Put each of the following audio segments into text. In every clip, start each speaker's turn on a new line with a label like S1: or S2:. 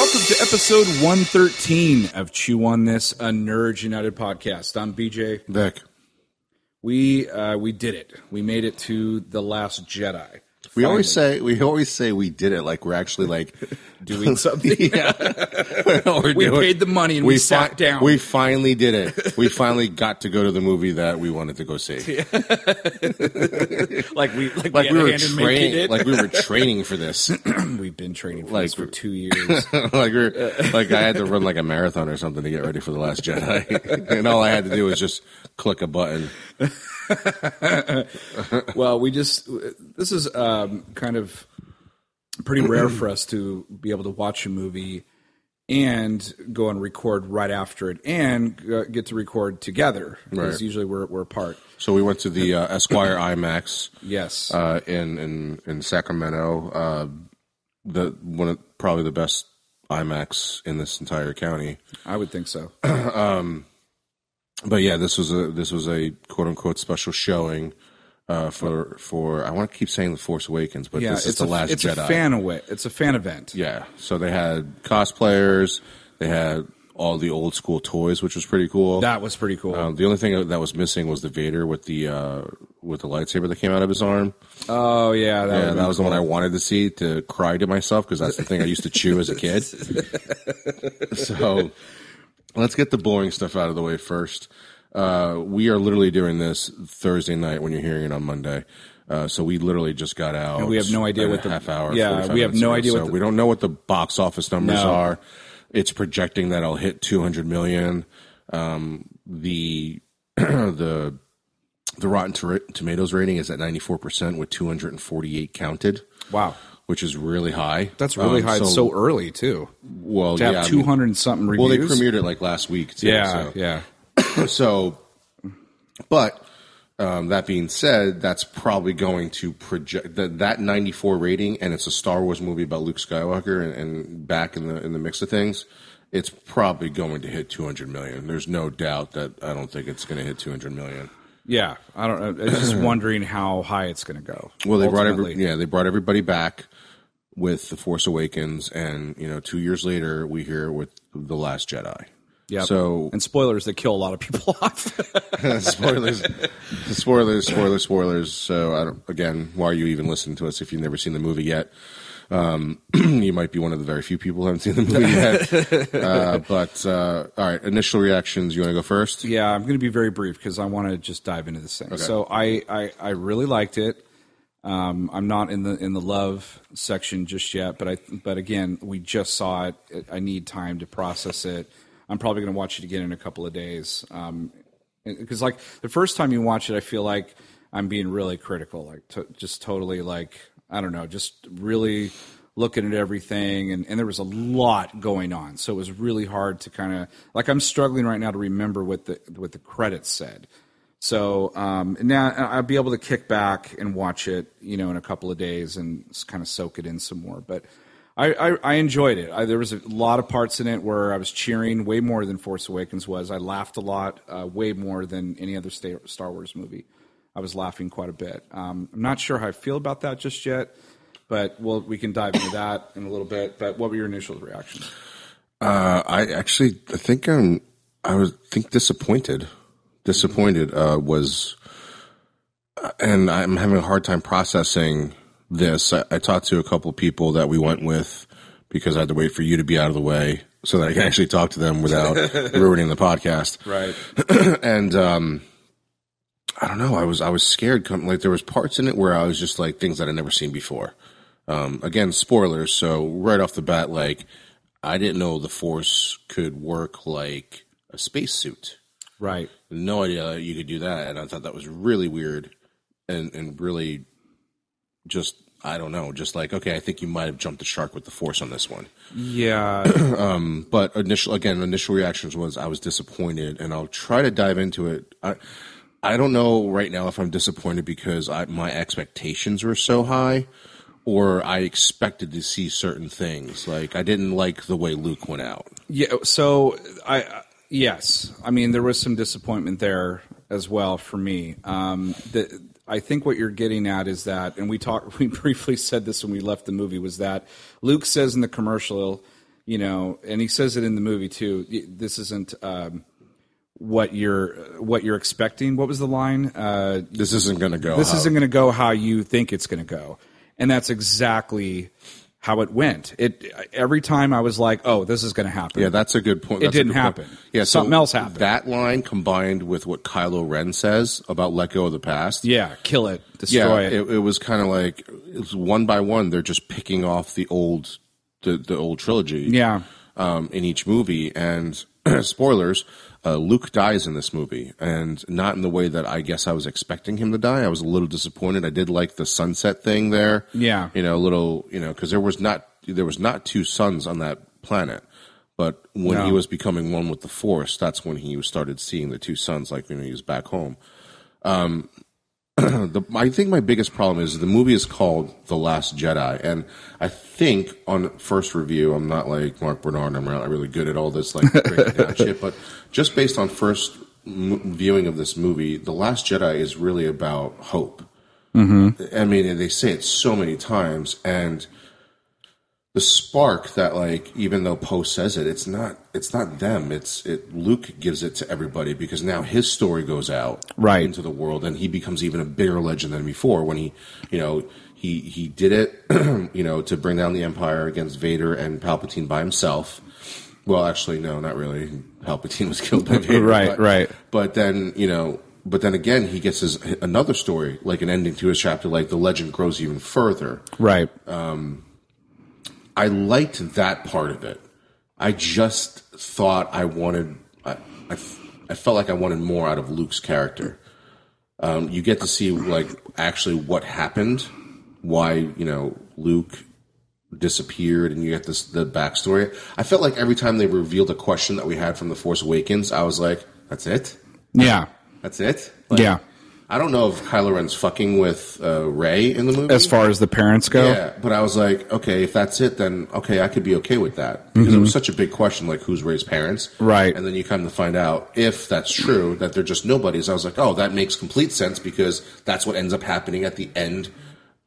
S1: episode 113 of Chew on This, a Nerds United podcast. I'm BJ.
S2: Vic.
S1: We uh, we did it. We made it to the Last Jedi.
S2: We always say we always say we did it like we're actually like
S1: Doing something.
S2: yeah. We're
S1: We
S2: doing-
S1: paid the money and we, sat
S2: fi-
S1: down.
S2: We finally did it. We finally got to go to the movie that we wanted to go see.
S1: like we like,
S2: Like
S1: we,
S2: we
S1: had a
S2: were
S1: hand in making
S2: training.
S1: it.
S2: Like we were training for this.
S1: We've been training for
S2: Like-
S1: this for two years.
S2: like we are like I had to run like a marathon or something to get ready for the Last Jedi, and all I had to do was just click a button.
S1: well, we just this is um, kind of pretty rare for us to be able to watch a movie and go and record right after it and uh, get to record together because
S2: Right.
S1: usually we're we're apart.
S2: So we went to the uh, Esquire IMAX.
S1: Yes.
S2: uh, in in in Sacramento. Uh, the one of probably the best IMAX in this entire county.
S1: I would think so.
S2: But yeah, this was a this was a quote unquote special showing uh, for for I want to keep saying the Force Awakens, but
S1: Yeah,
S2: this is
S1: it's a,
S2: the Last
S1: it's
S2: Jedi.
S1: a fan away. It's a fan event.
S2: yeah, so they had cosplayers, they had all the old school toys, which was pretty cool.
S1: That was pretty cool.
S2: um, the only thing that was missing was the Vader with the uh, with the lightsaber that came out of his arm.
S1: oh yeah, that
S2: Yeah,
S1: would've
S2: that
S1: been
S2: was the one I wanted to see to cry to myself because that's the thing I used to chew as a kid. so let's get the boring stuff out of the way first. Uh, we are literally doing this Thursday night when you're hearing it on Monday. Uh, so we literally just got out.
S1: we have no idea
S2: about
S1: what
S2: a
S1: the-
S2: half hour.
S1: yeah,
S2: 45
S1: we have
S2: minutes
S1: no
S2: ago.
S1: idea what
S2: So
S1: the-
S2: we don't know what the box office numbers
S1: No.
S2: are. It's projecting that I'll hit 200 million. Um, the the the Rotten Tor- Tomatoes rating is at 94% with 248 counted,
S1: wow.
S2: which is really high.
S1: That's really
S2: Um,
S1: high. It's so early too.
S2: well,
S1: To
S2: yeah,
S1: have
S2: I mean-
S1: two hundred and something
S2: well,
S1: reviews.
S2: they premiered it like last week. Too,
S1: yeah,
S2: so.
S1: yeah.
S2: So, but um, that being said, that's probably going to project that that 94 rating, and it's a Star Wars movie about Luke Skywalker, and, and back in the in the mix of things, it's probably going to hit 200 million. There's no doubt that I don't think it's going to hit 200 million.
S1: Yeah, I don't. know. I was just wondering how high it's going to go.
S2: Well, they brought
S1: ultimately.
S2: every, yeah, they brought everybody back with the Force Awakens, and you know, two years later, we hear with the Last Jedi.
S1: Yep.
S2: So
S1: and spoilers that kill a lot of people off.
S2: spoilers, spoilers, spoilers, spoilers. So I don't, again, why are you even listening to us if you've never seen the movie yet? Um, you might be one of the very few people who haven't seen the movie yet. uh, but uh, all right, initial reactions. You want to go first?
S1: yeah, I'm going to be very brief because I want to just dive into this thing. So I, I I really liked it. Um, I'm not in the in the love section just yet, but I but again, we just saw it. I need time to process it. I'm probably going to watch it again in a couple of days. Um, because like the first time you watch it, I feel like I'm being really critical, like to, just totally like I don't know, just really looking at everything, and, and there was a lot going on, so it was really hard to kind of like I'm struggling right now to remember what the what the credits said. So um, now I'll be able to kick back and watch it, you know, in a couple of days and kind of soak it in some more. But I, I, I enjoyed it. I, there was a lot of parts in it where I was cheering way more than Force Awakens was. I laughed a lot, uh, way more than any other sta- Star Wars movie. I was laughing quite a bit. Um, I'm not sure how I feel about that just yet, but we'll, we can dive into that in a little bit. But what were your initial reactions?
S2: Uh, I actually, I think I'm, I was think disappointed. Disappointed uh, was, uh, and I'm having a hard time processing this. I, I talked to a couple people that we went with because I had to wait for you to be out of the way so that I can actually talk to them without ruining the podcast
S1: Right.
S2: and um I don't know. I was I was scared. Come like there was parts in it where I was just like things that I never seen before. Um, again, spoilers. So right off the bat, like I didn't know the Force could work like a spacesuit.
S1: Right.
S2: No idea that you could do that, and I thought that was really weird and and really just I don't know. Just like okay, I think you might have jumped the shark with the Force on this one
S1: Yeah.
S2: but initial again initial reactions was i was disappointed and i'll try to dive into it i i don't know right now if i'm disappointed because I, my expectations were so high or i expected to see certain things like i didn't like the way luke went out
S1: Yeah. So I uh, yes, I mean there was some disappointment there as well for me. Um, the, I think what you're getting at is that, and we talked, we briefly said this when we left the movie, was that Luke says in the commercial, you know, and he says it in the movie too. This isn't um, what you're what you're expecting. What was the line? Uh,
S2: This isn't going to go.
S1: this
S2: how-
S1: isn't going to go how you think it's going to go and that's exactly how it went it every time i was like oh this is going to happen
S2: Yeah, that's a good point. That's a
S1: didn't
S2: good point.
S1: happen.
S2: Yeah, so
S1: Something else happened.
S2: That line combined with what Kylo Ren says about let go of the past.
S1: yeah kill it
S2: yeah,
S1: destroy
S2: it.
S1: it,
S2: It, was kind of like it was one by one. They're just picking off the old, the the old trilogy.
S1: yeah
S2: um, in each movie. And spoilers, uh, Luke dies in this movie, and not in the way that I guess I was expecting him to die. I was a little disappointed. I did like the sunset thing there.
S1: Yeah.
S2: you know, a little, you know, because there was not there was not two suns on that planet. But when he was becoming one with the Force, that's when he started seeing the two suns, like when he was back home. Um, The, I think my biggest problem is the movie is called The Last Jedi, and I think on first review, I'm not like Mark Bernard. I'm not really good at all this like breaking down shit, but just based on first m- viewing of this movie, The Last Jedi is really about hope. I mean, they say it so many times, and the spark that like even though Poe says it, it's not it's not them. It's it Luke gives it to everybody because now his story goes out
S1: Right.
S2: into the world and he becomes even a bigger legend than before when he you know he he did it you know to bring down the empire against Vader and Palpatine by himself. Well, actually, no, not really. Palpatine was killed by Vader.
S1: Right,
S2: but-
S1: right.
S2: but then you know but then again he gets his another story like an ending to his chapter like the legend grows even further
S1: right
S2: i liked that part of it i just thought i wanted i, I, I felt like i wanted more out of luke's character um, you get to see like actually what happened why you know luke disappeared and you get this the backstory i felt like every time they revealed a question that we had from the force awakens i was like that's it
S1: yeah
S2: that's it
S1: yeah
S2: I don't know if Kylo Ren's fucking with uh, Ray in the movie.
S1: as far as the parents go
S2: yeah, but I was like, okay, if that's it, then okay, I could be okay with that because it was such a big question, like who's Ray's parents,
S1: Mm-hmm. Right.
S2: And then you come to find out if that's true that they're just nobodies. I was like, oh, that makes complete sense because that's what ends up happening at the end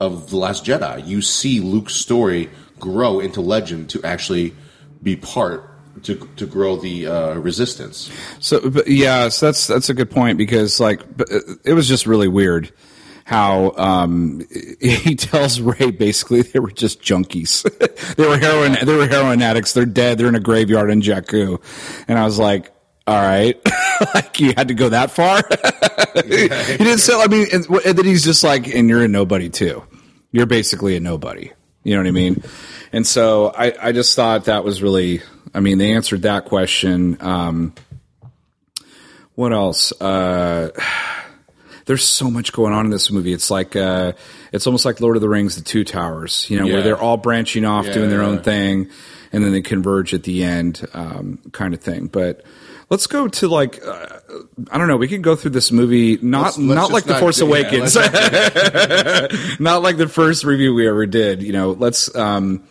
S2: of the Last Jedi. You see Luke's story grow into legend to actually be part to to grow the uh, Resistance.
S1: So but, yeah, so that's that's a good point because like but, uh, it was just really weird how um, he tells Ray basically they were just junkies. they were heroin they were heroin addicts. They're dead. They're in a graveyard in Jakku. And I was like, all right, like you had to go that far. he didn't say. I mean, and, and then he's just like, and you're a nobody too. You're basically a nobody. You know what I mean? And so I, I just thought that was really. I mean, they answered that question. Um, what else? Uh, there's so much going on in this movie. It's like uh, it's almost like Lord of the Rings: The Two Towers. You know,
S2: Yeah.
S1: where they're all branching off, doing their
S2: Yeah.
S1: own thing, and then they converge at the end, um, kind of thing. But let's go to like uh, I don't know. We could go through this movie not
S2: Let's- let's
S1: not
S2: just
S1: like The
S2: not
S1: Force
S2: do- yeah,
S1: Awakens,
S2: let's
S1: not like the first review we ever did. You know, let's um,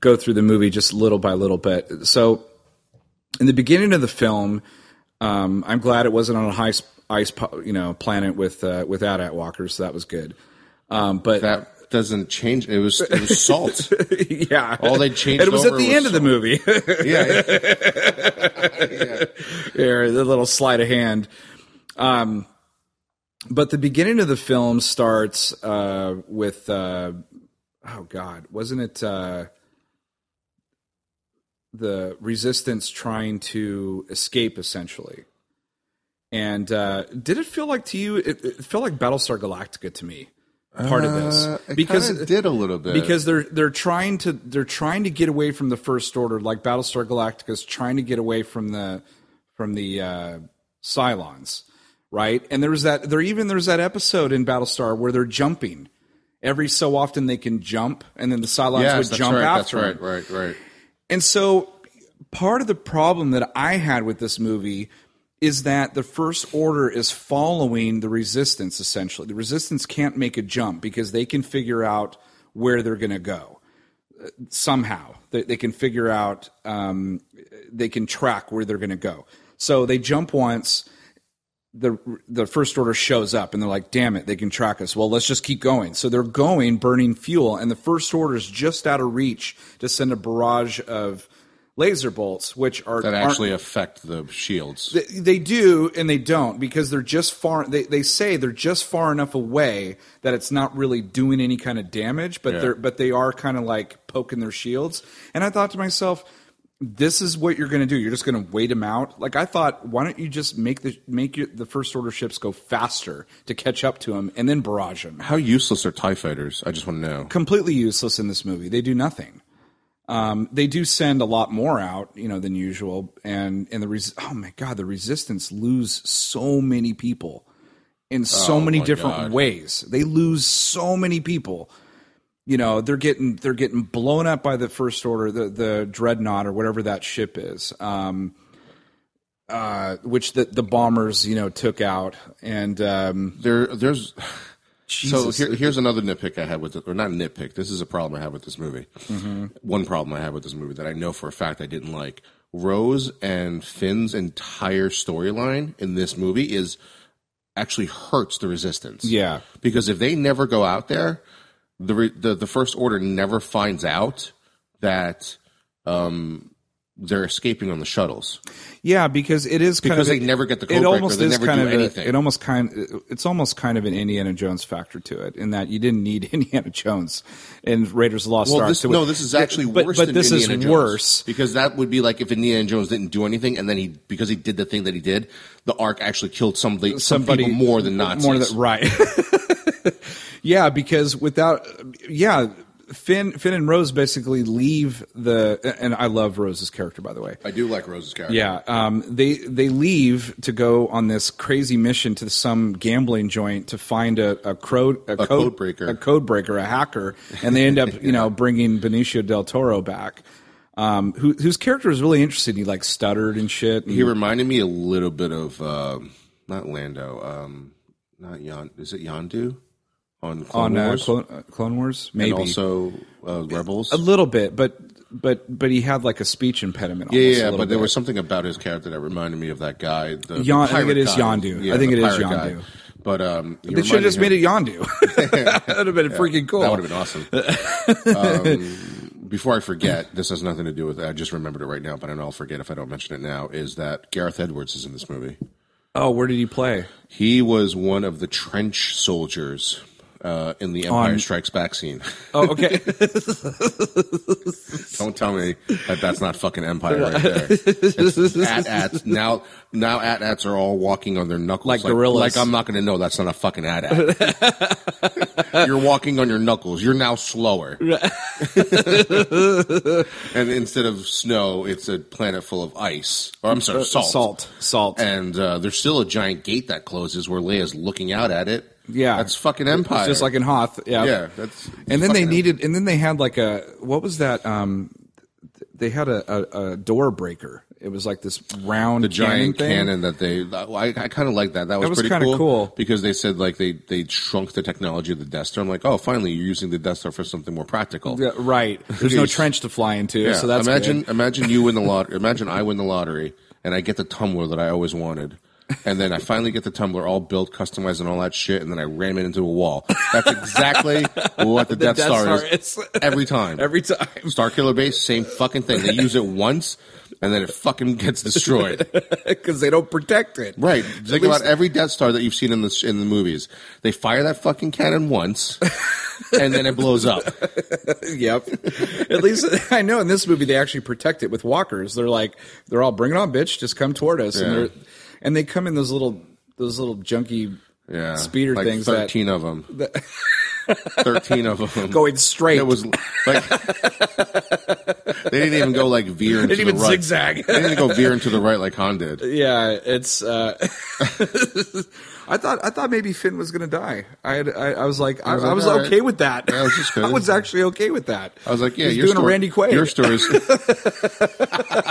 S1: go through the movie just little by little bit. So in the beginning of the film. Um, I'm glad it wasn't on a high sp- ice, po- you know, planet with uh, without Atwalkers, so that was good. Um, but
S2: That doesn't change. It was it was salt.
S1: yeah,
S2: All they changed
S1: And it was at
S2: over
S1: the
S2: was
S1: end of the
S2: salt.
S1: movie.
S2: yeah.
S1: or the little sleight of hand. Um, but the beginning of the film starts uh, with uh, oh god, wasn't it uh, the resistance trying to escape essentially? And uh, did it feel like to you? It, it felt like Battlestar Galactica to me. Part of this
S2: Uh, it
S1: because
S2: kinda did a little bit
S1: because they're they're trying to they're trying to get away from the first order like battlestar galactica is trying to get away from the from the uh cylons right and there's that there even there's that episode in battlestar where they're jumping every so often they can jump and then the cylons
S2: Yes,
S1: would
S2: that's
S1: jump
S2: right,
S1: after them.
S2: That's right, right, right.
S1: And so part of the problem that I had with this movie is that the first order is following the resistance essentially. The resistance can't make a jump because they can figure out where they're going to go Uh, somehow. They, they can figure out, um, they can track where they're going to go. So they jump once. The, the first order shows up and they're like, damn it, they can track us. Well, let's just keep going. So they're going, burning fuel, and the first order is just out of reach to send a barrage of laser bolts, which are
S2: that actually affect the shields.
S1: They, they do and they don't because they're just far. They, they say they're just far enough away that it's not really doing any kind of damage, but
S2: Yeah.
S1: they're but they are kind of like poking their shields. And I thought to myself, this is what you're going to do. You're just going to wait them out. Like I thought, why don't you just make the make your, the first order ships go faster to catch up to them and then barrage them?
S2: How useless are Tie fighters? I just want to know.
S1: completely useless in this movie. They do nothing. Um, they do send a lot more out, you know, than usual, and and the res- oh my god, the resistance lose so many people in so many
S2: Oh my
S1: different
S2: God.
S1: ways. They lose so many people. You know, they're getting they're getting blown up by the first order, the the dreadnought or whatever that ship is. Um, uh, which the the bombers, you know, took out, and um,
S2: There, there's
S1: Jesus,
S2: So here, here's another nitpick I had with it, or not nitpick. This is a problem I have with this movie.
S1: Mm-hmm.
S2: One problem I have with this movie that I know for a fact I didn't like. Rose and Finn's entire storyline in this movie is actually hurts the resistance.
S1: yeah,
S2: Because if they never go out there, the re, the, the first order never finds out that um, they're escaping on the shuttles
S1: yeah, because it is kind
S2: because
S1: of
S2: they never get the code
S1: it almost
S2: they
S1: is
S2: never
S1: kind
S2: do
S1: of a,
S2: anything.
S1: it almost kind it's almost kind of an Indiana Jones factor to it in that you didn't need Indiana Jones and Raiders of the Lost
S2: Well,
S1: Ark.
S2: this,
S1: to
S2: no, this is actually
S1: but,
S2: worse.
S1: but
S2: than
S1: this
S2: Indiana
S1: is
S2: Jones,
S1: worse.
S2: because that would be like if Indiana Jones didn't do anything, and then he because he did the thing that he did, the Ark actually killed somebody,
S1: Somebody
S2: somebody more than Nazis.
S1: More than right. yeah, because without yeah, Finn Finn and Rose basically leave the and I love Rose's character by the way.
S2: I do like Rose's character.
S1: Yeah, um, they they leave to go on this crazy mission to some gambling joint to find a a, cro- a, code,
S2: code breaker.
S1: a code breaker, a hacker, and they end up you know bringing Benicio del Toro back, um, who, whose character is really interesting. He like stuttered and shit. and-
S2: he reminded me a little bit of um, not Lando, um, not Yon. Is it Yondu on
S1: on
S2: Clone
S1: uh,
S2: Wars?
S1: Clone, uh, Clone Wars,
S2: and
S1: maybe
S2: also uh, Rebels.
S1: a little bit, but but but he had like a speech impediment. almost
S2: yeah,
S1: a
S2: yeah,
S1: little
S2: but there
S1: bit.
S2: was something about his character that reminded me of that guy. The, the
S1: Yon- I think
S2: pirate
S1: it is
S2: guy.
S1: Yondu. I think it
S2: the
S1: is
S2: pirate guy.
S1: Yondu.
S2: But um, he
S1: They should have
S2: reminded
S1: just
S2: him-
S1: made it Yondu. that would have been freaking cool.
S2: That would have been awesome. um, before I forget, this has nothing to do with. I just remembered it right now, but I know I'll forget if I don't mention it now. Is that Gareth Edwards is in this movie?
S1: oh, where did he play?
S2: He was one of the trench soldiers uh, in the Empire Strikes Back scene.
S1: Oh, okay.
S2: don't tell me that that's not fucking Empire right there. It's at ats now, now at ats are all walking on their knuckles
S1: Like gorillas.
S2: Like I'm not going to know that's not a fucking at at. You're walking on your knuckles. You're now slower. and instead of snow, it's a planet full of ice. Or I'm sorry, salt.
S1: Salt, salt.
S2: And uh, there's still a giant gate that closes where Leia's looking out at it.
S1: Yeah.
S2: that's fucking Empire.
S1: It's just like in Hoth. Yeah.
S2: yeah, that's
S1: And then they
S2: fucking
S1: needed, and then they had like a what was that? Um, th- they had a, a, a door breaker. It was like this round,
S2: the giant
S1: thing.
S2: cannon, that they I, I kind of like that that was,
S1: was
S2: pretty
S1: kinda
S2: cool,
S1: cool.
S2: because they said like they they shrunk the technology of the death star i'm like oh finally you're using the death star for something more practical
S1: Yeah, right. There's no
S2: Jeez.
S1: trench to fly into,
S2: Yeah,
S1: so that's
S2: imagine
S1: good.
S2: imagine you win the lottery imagine i win the lottery and i get the tumbler that i always wanted and then I finally get the tumbler all built, customized, and all that shit, and then I ram it into a wall. That's exactly what the, Death,
S1: Death
S2: Star,
S1: Star
S2: is,
S1: is-
S2: every time.
S1: every time.
S2: Star Killer Base, same fucking thing. They use it once, and then it fucking gets destroyed.
S1: because they don't protect it.
S2: Right. Think about every Death Star that you've seen in the in the movies. They fire that fucking cannon once, and then it blows up.
S1: Yep. At least I know in this movie they actually protect it with walkers. They're like they're all bring it on, bitch. Just come toward us, and
S2: Yeah.
S1: they're and they come in those little those little junky
S2: Yeah,
S1: speeder
S2: like
S1: things that
S2: Thirteen of them. Thirteen of them.
S1: going straight.
S2: It was like they didn't even go like veer into
S1: didn't even
S2: the right.
S1: zigzag.
S2: They didn't go veer into the right like Han did.
S1: Yeah, it's. Uh, I thought I thought maybe Finn was gonna die. I had, I, I was like I,
S2: was
S1: I
S2: like,
S1: was
S2: all right.
S1: okay with that.
S2: Yeah, it's just good.
S1: I was actually okay with that.
S2: I was like, yeah,
S1: He's
S2: your
S1: doing
S2: story,
S1: a Randy Quaid.
S2: Your stories. if,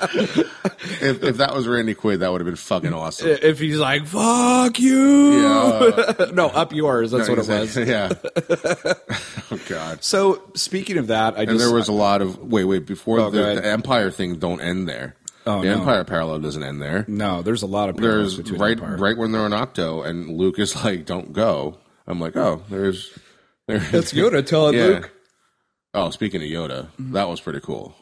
S2: if that was Randy Quaid, that would have been fucking awesome.
S1: if he's like fuck you,
S2: Yeah.
S1: no, up yours. That's what it was.
S2: Yeah. oh God.
S1: So speaking of that, I
S2: And
S1: just Oh,
S2: there was a lot of wait, wait. Before
S1: go
S2: the,
S1: ahead.
S2: the Empire thing, don't end there.
S1: Oh,
S2: the
S1: no.
S2: Empire parallel doesn't end there.
S1: no. There's a lot of parallels
S2: There's
S1: between
S2: right,
S1: Empire.
S2: right when they're on Octo, and Luke is like, "Don't go." I'm like, "Oh, there's, there's
S1: That's Yoda telling
S2: Yeah.
S1: Luke. Mm-hmm.
S2: Oh, speaking of Yoda, that was pretty cool.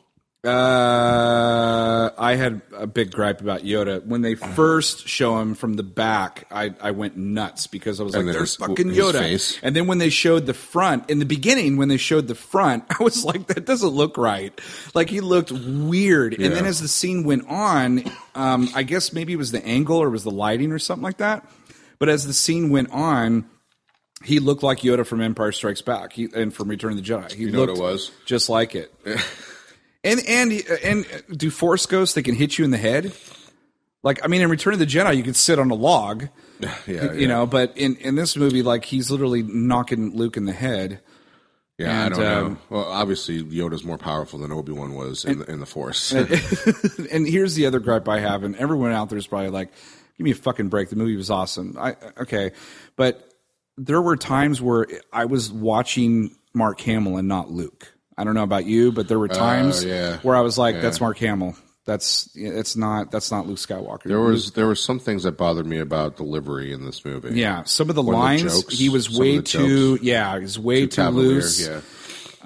S1: Uh, I had a big gripe about Yoda when they
S2: Uh-huh.
S1: first show him from the back. I, I went nuts because I was like,
S2: And then
S1: "There's
S2: his-
S1: fucking
S2: his
S1: Yoda."
S2: face.
S1: And then when they showed the front in the beginning, when they showed the front, I was like, "That doesn't look right." Like he looked weird. And then
S2: Yeah.
S1: as the scene went on, um, I guess maybe it was the angle or it was the lighting or something like that. But as the scene went on, he looked like Yoda from Empire Strikes Back he, and from Return of the Jedi. He
S2: know what
S1: looked
S2: it was?
S1: just like it. and and and do force ghosts? They can hit you in the head. Like I mean, in Return of the Jedi, you could sit on a log,
S2: Yeah,
S1: you know. But in in this movie, like he's literally knocking Luke in the head.
S2: Yeah,
S1: And,
S2: I don't
S1: um,
S2: know. Well, obviously Yoda's more powerful than Obi Wan was in, the in the Force.
S1: and here's the other gripe I have, and everyone out there is probably like, "Give me a fucking break." The movie was awesome. I okay, but there were times where I was watching Mark Hamill and not Luke. I don't know about you, but there were times
S2: Oh, yeah.
S1: where I was like, "That's Mark Hamill. That's it's not that's not Luke Skywalker."
S2: there was there were some things that bothered me about delivery in this movie.
S1: yeah, some of the
S2: the
S1: lines
S2: jokes,
S1: he was
S2: some of
S1: way
S2: the
S1: too yeah, he's way too,
S2: Cavalier,
S1: loose.
S2: Yeah,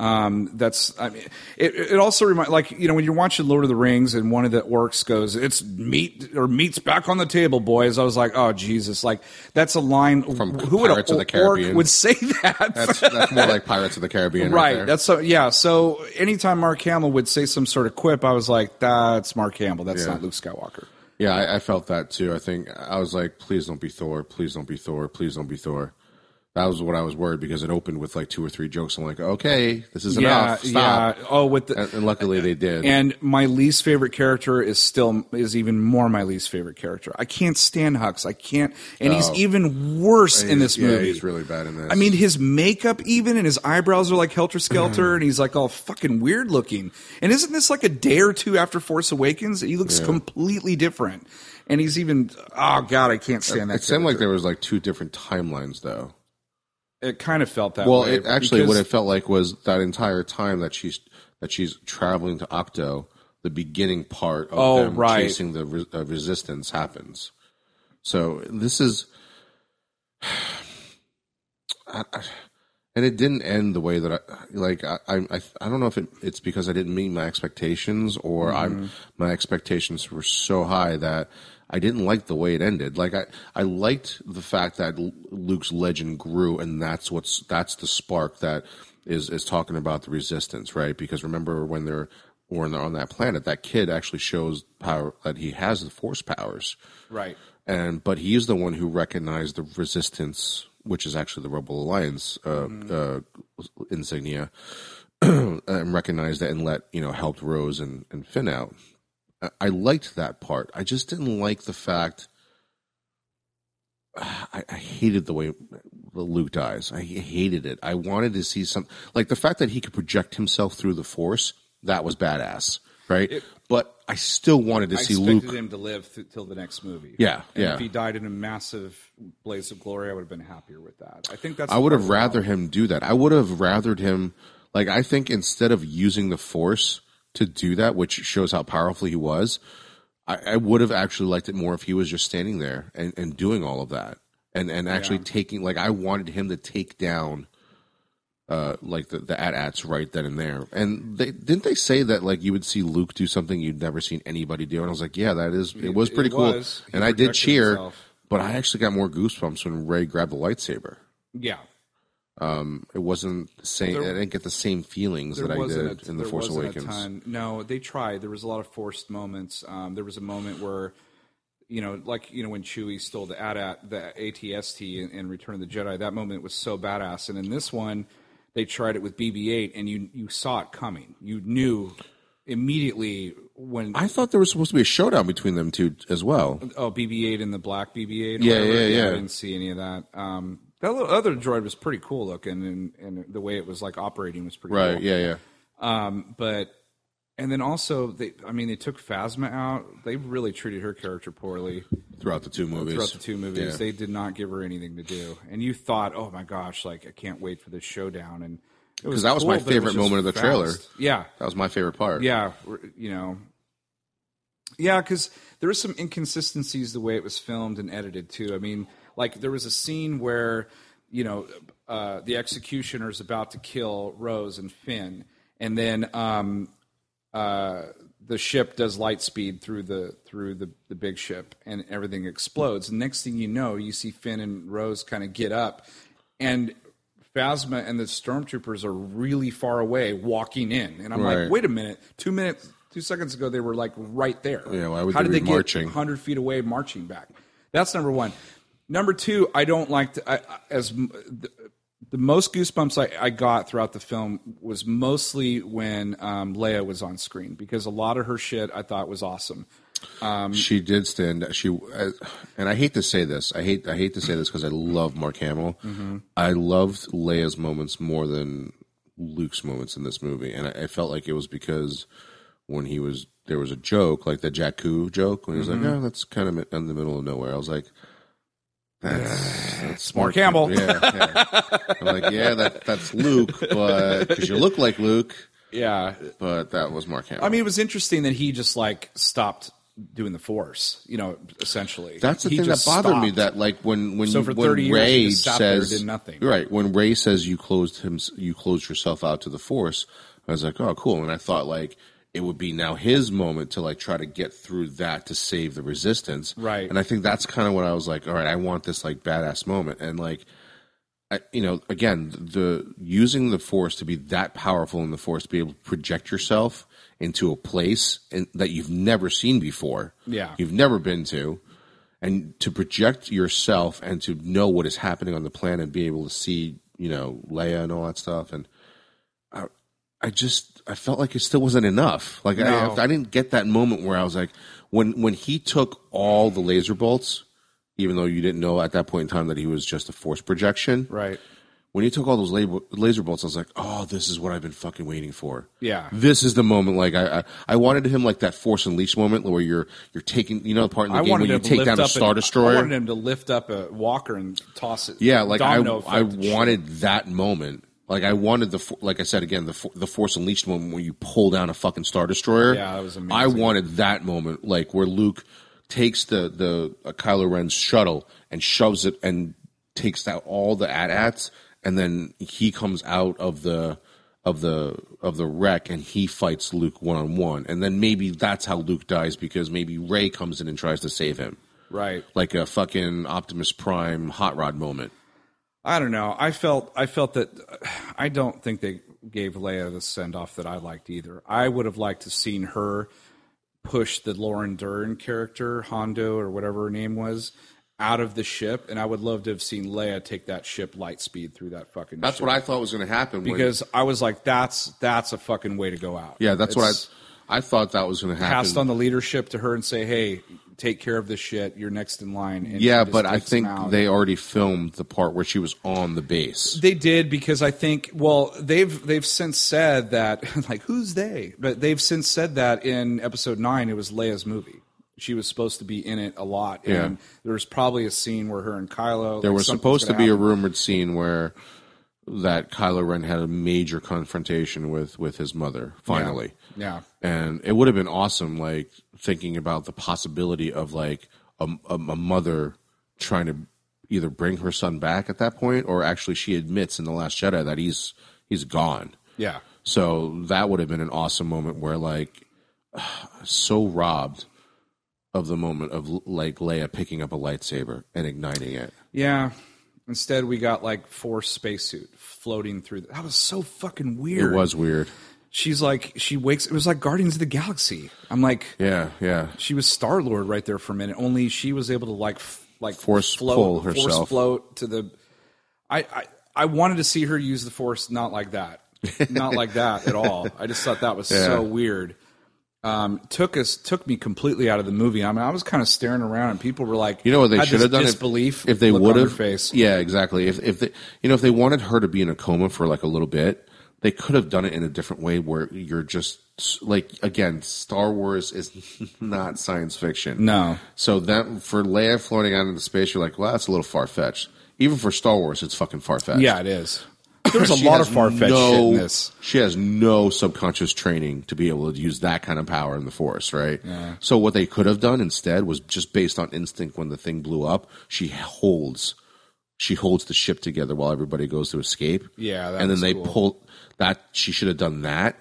S1: That's I mean, it, it also reminds like you know when you're watching Lord of the Rings and one of the orcs goes, "It's meat or meat's back on the table, boys." I was like, "Oh Jesus!" Like that's a line
S2: From
S1: who would
S2: Pirates
S1: a
S2: of the Caribbean.
S1: orc would say that?
S2: that's that's more like Pirates of the Caribbean, right?
S1: right.
S2: there.
S1: that's so yeah. So anytime Mark Hamill would say some sort of quip, I was like, "That's Mark Hamill. That's
S2: Yeah.
S1: not Luke Skywalker."
S2: yeah. I, I felt that too. I think I was like, please don't be Thor, please don't be Thor, please don't be Thor. That was what I was worried because it opened with like two or three jokes. I'm like, okay, this is enough. Stop.
S1: yeah. Oh, with the
S2: And, and luckily they did.
S1: And my least favorite character is still is even more my least favorite character. I can't stand Hux. I can't, and he's even worse in this
S2: Oh. yeah,
S1: movie.
S2: he's really bad in this.
S1: I mean, his makeup even and his eyebrows are like helter
S2: Mm-hmm.
S1: skelter, and he's like all fucking weird looking. And isn't this like a day or two after Force Awakens? He looks completely different, and he's even oh god, I can't stand that.
S2: it seemed like
S1: character.
S2: there was like two different timelines though.
S1: it kind of felt that.
S2: Well,
S1: way
S2: it actually what
S1: because-
S2: it felt like was that entire time that she's that she's traveling to Octo, the beginning part of
S1: Oh,
S2: them
S1: right.
S2: chasing the re- uh, resistance happens. So this is, I- I- and it didn't end the way that I like. I I I- I don't know if it, it's because I didn't meet my expectations or I'm my expectations were so high that. I didn't like the way it ended. Like I, I liked the fact that L- Luke's legend grew, and that's what's that's the spark that is is talking about the resistance, right? Because remember when they're when they're on that planet, that kid actually shows power that he has the force powers,
S1: right.
S2: and but he is the one who recognized the resistance, which is actually the Rebel Alliance uh,
S1: Mm-hmm.
S2: uh, insignia, and recognized that and let you know helped Rose and and Finn out. I, I liked that part. I just didn't like the fact. I, I hated the way Luke dies. I hated it. I wanted to see some like the fact that he could project himself through the Force. That was badass, right? but I still wanted to
S1: I
S2: see
S1: expected
S2: Luke.
S1: him to live th- till the next movie.
S2: Yeah,
S1: and
S2: yeah.
S1: If he died in a massive blaze of glory, I would have been happier with that. I think that's.
S2: I would have rather him do that. I would have rathered him like I think instead of using the force to do that, which shows how powerful he was, I, I would have actually liked it more if he was just standing there and, and doing all of that. And and actually taking like I wanted him to take down uh like the, the at ats right then and there. And they didn't they say that like you would see Luke do something you'd never seen anybody do? And I was like, Yeah, that is it was
S1: It-
S2: pretty
S1: it
S2: cool.
S1: was. He
S2: And I did
S1: projected
S2: cheer
S1: himself.
S2: but I actually got more goosebumps when Ray grabbed the lightsaber
S1: Yeah,
S2: it wasn't the same. I didn't get the same feelings that I
S1: wasn't
S2: did
S1: a-
S2: in the
S1: there
S2: Force
S1: wasn't a
S2: Awakens.
S1: ton. No, they tried. There was a lot of forced moments. Um, there was a moment where, you know, like you know when Chewie stole the AT-AT, the ATST in, in Return of the Jedi. That moment was so badass. And in this one, they tried it with BB-8, and you you saw it coming. You knew immediately when
S2: I thought there was supposed to be a showdown between them two as well.
S1: oh BB-8 and the black BB-8. or
S2: Yeah,
S1: whatever.
S2: yeah,
S1: I
S2: yeah.
S1: didn't see any of that. Um, that little other droid was pretty cool looking, and, and the way it was like operating was pretty
S2: Right?
S1: Cool.
S2: Yeah, yeah.
S1: but and then also they i mean they took phasma out they really treated her character poorly
S2: Throughout the two movies.
S1: throughout the two movies
S2: Yeah.
S1: they did not give her anything to do and you thought oh my gosh like i can't wait for this showdown and it
S2: 'Cause that was my
S1: cool, but it
S2: favorite
S1: just
S2: moment of the trailer.
S1: yeah
S2: that was my favorite part.
S1: yeah we're- you know yeah because there were some inconsistencies the way it was filmed and edited too i mean like there was a scene where you know uh, the executioner's about to kill rose and finn and then um, uh, the ship does light speed through the through the, the big ship, and everything explodes. And next thing you know, you see Finn and Rose kind of get up, and Phasma and the stormtroopers are really far away, walking in. And I'm
S2: Right.
S1: like, wait a minute, two minutes, two seconds ago, they were like right there.
S2: Yeah, why would
S1: How
S2: they
S1: did
S2: be
S1: they
S2: marching?
S1: get hundred feet away, marching back? That's number one. Number two, I don't like to, I, I- as m- the, the most goosebumps I, I got throughout the film was mostly when um, Leia was on screen because a lot of her shit I thought was awesome.
S2: She did stand. She uh, and I hate to say this. I hate. I hate to say this because I love Mark Hamill.
S1: Mm-hmm.
S2: I loved Leia's moments more than Luke's moments in this movie, and I, I felt like it was because when he was there was a joke like the Jakku joke when he was like,
S1: Mm-hmm.
S2: "Oh, that's kind of in the middle of nowhere." I was like. That's, that's
S1: Mark Hamill.
S2: Yeah, yeah. I'm like, yeah, that that's Luke, but because you look like Luke,
S1: Yeah,
S2: but that was Mark Hamill.
S1: I mean, it was interesting that he just like stopped doing the Force. You know, essentially.
S2: That's the
S1: He
S2: thing that
S1: just
S2: bothered me.
S1: stopped.
S2: That like when when
S1: So for
S2: when
S1: 30 years,
S2: Ray
S1: he just sat there and
S2: says
S1: did nothing.
S2: Right when Ray says you closed him, you closed yourself out to the Force. I was like, oh, cool. And I thought like it would be now his moment to like try to get through that to save the Resistance.
S1: Right.
S2: And I think that's kind of what I was like. All right, I want this like badass moment. And like I, you know, again, the using the force to be that powerful in the force to be able to project yourself into a place and that you've never seen before.
S1: Yeah.
S2: you've never been to, and to project yourself and to know what is happening on the planet and be able to see, you know, Leia and all that stuff. And I, I just, I felt like it still wasn't enough. Like
S1: No.
S2: I, I didn't get that moment where I was like, when when he took all the laser bolts. Even though you didn't know at that point in time that he was just a force projection,
S1: right.
S2: when you took all those lab- laser bolts, I was like, "Oh, this is what I've been fucking waiting for."
S1: Yeah.
S2: this is the moment. Like I, I, I wanted him like that Force Unleashed moment where you're you're taking, you know, the part in the
S1: I
S2: game where
S1: wanted
S2: you
S1: him to
S2: take
S1: lift
S2: down a
S1: up
S2: Star
S1: an- I
S2: Destroyer.
S1: wanted him to lift up a walker and toss it.
S2: yeah, like I,
S1: domino
S2: I
S1: effect and shit.
S2: wanted that moment. Like I wanted the, fo- like I said again, the fo- the Force Unleashed moment where you pull down a fucking Star Destroyer.
S1: Yeah, that was amazing.
S2: I wanted that moment, like where Luke takes the the uh, Kylo Ren's shuttle and shoves it and takes out all the at-ats, and then he comes out of the of the of the wreck and he fights Luke one on one, and then maybe that's how Luke dies because maybe Ray comes in and tries to save him,
S1: Right.
S2: like a fucking Optimus Prime hot rod moment.
S1: I don't know. I felt I felt that uh, I don't think they gave Leia the send off that I liked either. I would have liked to seen her push the Lauren Dern character, Hondo or whatever her name was, out of the ship, and I would love to have seen Leia take that ship light speed through that fucking.
S2: That's
S1: ship.
S2: what I thought was going to happen when-
S1: because I was like, that's that's a fucking way to go out.
S2: yeah, that's
S1: It's-
S2: what I I thought that was going to happen.
S1: passed on the leadership to her and say, "Hey, take care of this shit. You're next in line." And
S2: Yeah,
S1: she just
S2: but I
S1: takes
S2: think
S1: them out.
S2: they already filmed the part where she was on the base.
S1: they did because I think well they've they've since said that like who's they? But they've since said that in episode nine it was Leia's movie. She was supposed to be in it a lot,
S2: Yeah.
S1: and there was probably a scene where her and Kylo
S2: There was supposed to be a rumored scene where that Kylo Ren had a major confrontation with with his mother finally.
S1: yeah.
S2: And it would have been awesome like thinking about the possibility of like a, a, a mother trying to either bring her son back at that point or actually she admits in the last Jedi that he's he's gone.
S1: yeah
S2: So that would have been an awesome moment where like so robbed of the moment of like Leia picking up a lightsaber and igniting it.
S1: yeah. Instead, we got like four spacesuit floating through. The, that was so fucking
S2: It
S1: weird.
S2: was weird.
S1: She's like, she wakes. It was like Guardians of the Galaxy. I'm like,
S2: Yeah, yeah.
S1: she was Star Lord right there for a minute. Only she was able to like f- like
S2: Force
S1: float,
S2: pull
S1: force
S2: herself.
S1: float to the. I, I I wanted to see her use the force, not like that, not like that at all. I just thought that was so weird. Um, took us took me completely out of the movie. I mean, I was kind of staring around, and people were like,
S2: You know what they should have done if-
S1: disbelief
S2: if, they
S1: look on
S2: would
S1: their
S2: have.
S1: face.
S2: Yeah, exactly. If if they, you know if they wanted her to be in a coma for like a little bit, they could have done it in a different way where you're just like again, Star Wars is not science fiction.
S1: No,
S2: So that for Leia floating out into space, you're like, well, that's a little far fetched. Even for Star Wars, it's fucking far fetched.
S1: yeah, it is. There was a
S2: She
S1: lot of
S2: has
S1: far fetched
S2: no-
S1: shit in this.
S2: She has no subconscious training to be able to use that kind of power in the force, right? So what they could have done instead was just based on instinct when the thing blew up, she holds she holds the ship together while everybody goes to escape.
S1: Yeah, that
S2: and then
S1: was
S2: they
S1: cool.
S2: pull that she should have done that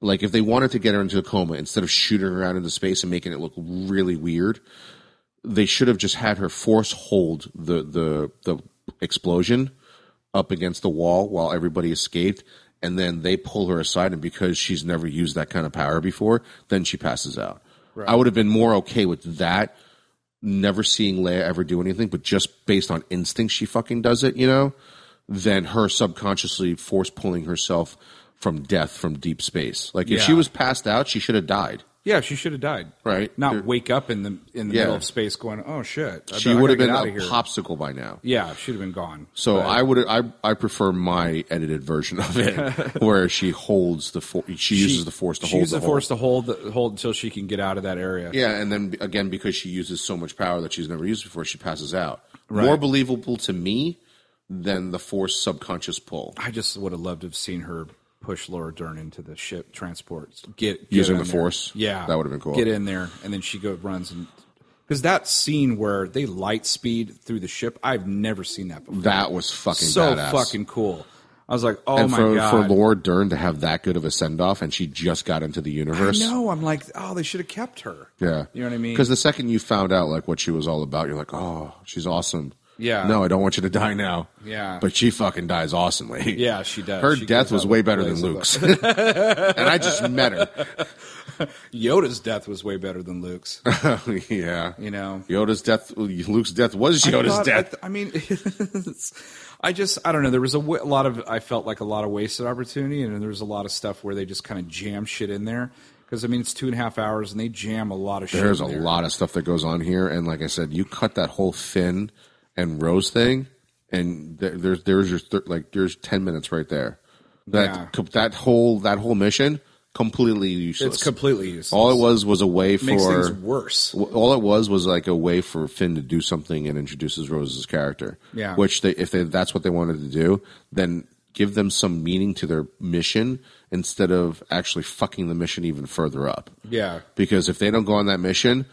S2: Like if they wanted to get her into a coma instead of shooting her out into space and making it look really weird, they should have just had her force hold the the the explosion up against the wall while everybody escaped and then they pull her aside and because she's never used that kind of power before then she passes out i would have been more okay with that never seeing leia ever do anything but just based on instinct she fucking does it you know than her subconsciously force pulling herself from death from deep space like if she
S1: Yeah.
S2: was passed out she should have died
S1: Yeah, she should have died.
S2: Right.
S1: Not
S2: There-
S1: wake up in the in the
S2: Yeah.
S1: middle of space going, "Oh shit." I
S2: she
S1: better- I
S2: would have
S1: gotta
S2: been
S1: get
S2: a
S1: outta here.
S2: popsicle by now
S1: Yeah, she'd have been gone.
S2: So I would I I prefer my edited version of it, where she holds the for, she, uses the force to
S1: she
S2: hold
S1: uses
S2: the,
S1: the
S2: hold.
S1: force to hold the, hold until she can get out of that area.
S2: Yeah, and then again because she uses so much power that she's never used before, she passes out. More believable to me than the force subconscious pull
S1: I just would have loved to have seen her push Laura Dern into the ship transport. Get, get
S2: using
S1: in
S2: the
S1: there.
S2: force.
S1: Yeah,
S2: that would have been cool.
S1: Get in there, and then she go runs and because that scene where they light speed through the ship, I've never seen that before.
S2: That was fucking
S1: so
S2: badass.
S1: fucking cool. I was like, oh
S2: and
S1: my
S2: for
S1: god.
S2: for Laura Dern to have that good of a send off, and she just got into the universe.
S1: no, I'm like, oh, they should have kept her.
S2: Yeah,
S1: You know what I mean?
S2: Because the second you found out like what she was all about, you're like, oh, she's awesome.
S1: Yeah.
S2: No, I don't want you to die now.
S1: Yeah.
S2: But she fucking dies awesomely.
S1: Yeah, she does.
S2: Her
S1: Uh, She
S2: death
S1: goes
S2: was
S1: out
S2: way
S1: with a
S2: better than
S1: blaze of
S2: Luke's, and I just met her.
S1: Yoda's death was way better than Luke's.
S2: yeah.
S1: You know,
S2: Yoda's death, Luke's death was Yoda's
S1: thought-
S2: death.
S1: I, th- I mean, it's- I just I don't know. There was a w- lot of I felt like a lot of wasted opportunity, and there was a lot of stuff where they just kind of jam shit in there. Because I mean, it's two and a half hours, and they jam a lot of shit.
S2: There's
S1: in
S2: a
S1: there.
S2: lot of stuff that goes on here, and like I said, you cut that whole Finn and Rose thing, and there, there's there's your thir- like there's ten minutes right there. That
S1: Yeah.
S2: com- that whole that whole mission completely useless.
S1: It's completely useless.
S2: all it was was a way
S1: makes
S2: for
S1: things worse.
S2: w- all it was was like a way for Finn to do something and introduces Rose's character.
S1: Yeah.
S2: Which they if they that's what they wanted to do, then give them some meaning to their mission instead of actually fucking the mission even further up.
S1: Yeah,
S2: Because if they don't go on that mission,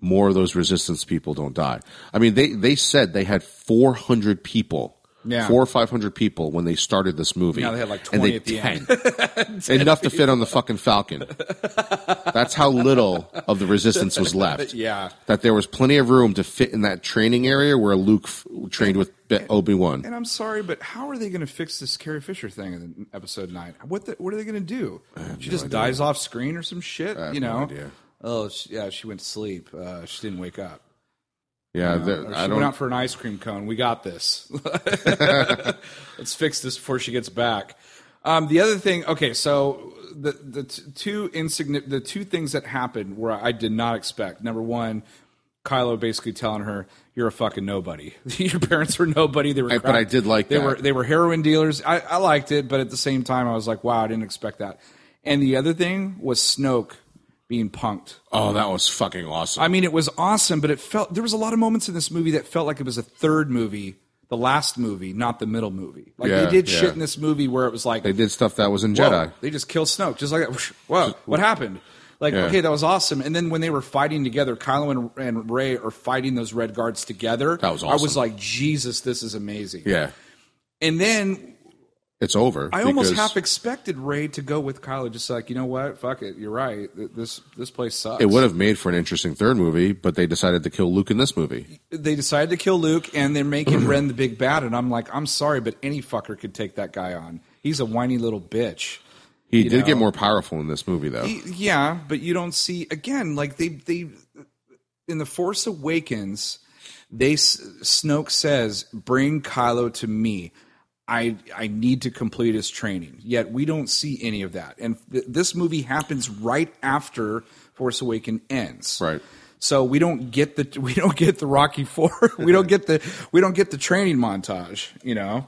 S2: more of those resistance people don't die. I mean, they they said they had 400 people.
S1: Yeah.
S2: Four or five hundred people when they started this movie.
S1: Now they had like
S2: And
S1: 20 at the end.
S2: 10. Enough to fit on the fucking Falcon. That's how little of the resistance was left.
S1: Yeah.
S2: That there was plenty of room to fit in that training area where Luke f- trained with Obi Wan.
S1: and I'm sorry, but how are they going to fix this Carrie Fisher thing in episode nine? What the, what are they going to do? She just dies off screen or some shit.
S2: have
S1: you
S2: no
S1: know?
S2: idea.
S1: Oh she, yeah, she went to sleep. Uh, she didn't wake up.
S2: Yeah, there-
S1: Or Uh, she
S2: I don't.
S1: went out for an ice cream cone. We got this. Let's fix this before she gets back. Um, the other thing, okay, so the the t- two insignificant, the two things that happened where I did not expect. Number one, Kylo basically telling her, "You're a fucking nobody. Your parents were nobody. They were,
S2: I- but I
S1: crack-
S2: did like
S1: they
S2: that.
S1: were they were heroin dealers. I, I liked it, but at the same time, I was like, wow, I didn't expect that. And the other thing was Snoke being punked.
S2: oh, that was fucking awesome.
S1: I mean, it was awesome, but it felt there was a lot of moments in this movie that felt like it was a third movie, the last movie, not the middle movie. Like
S2: Yeah,
S1: they did
S2: yeah.
S1: shit in this movie where it was like
S2: they did stuff that was in
S1: "Whoa,
S2: Jedi.
S1: They just killed Snoke, just like that. Whoa, what happened? Like,
S2: Yeah.
S1: okay, that was awesome. And then when they were fighting together, Kylo and, and Ray are fighting those Red Guards together.
S2: That was
S1: I was
S2: awesome.
S1: like, Jesus, this is amazing.
S2: Yeah,
S1: And then
S2: it's over.
S1: I almost
S2: because-
S1: half expected Ray to go with Kylo, just like you know what, fuck it, you're right. Th- This this place sucks.
S2: It would have made for an interesting third movie, but they decided to kill Luke in this movie.
S1: they decided to kill Luke and they're making Ren the big bad. And I'm like, I'm sorry, but any fucker could take that guy on. He's a whiny little bitch.
S2: He did
S1: know.
S2: get more powerful in this movie, though.
S1: Y- Yeah, but you don't see again. Like they they in the Force Awakens, they s- Snoke says, "Bring Kylo to me." I I need to complete his training. Yet we don't see any of that. And th- this movie happens right after Force Awaken ends.
S2: Right.
S1: So we don't get the we don't get the Rocky Four. we don't get the we don't get the training montage. You know,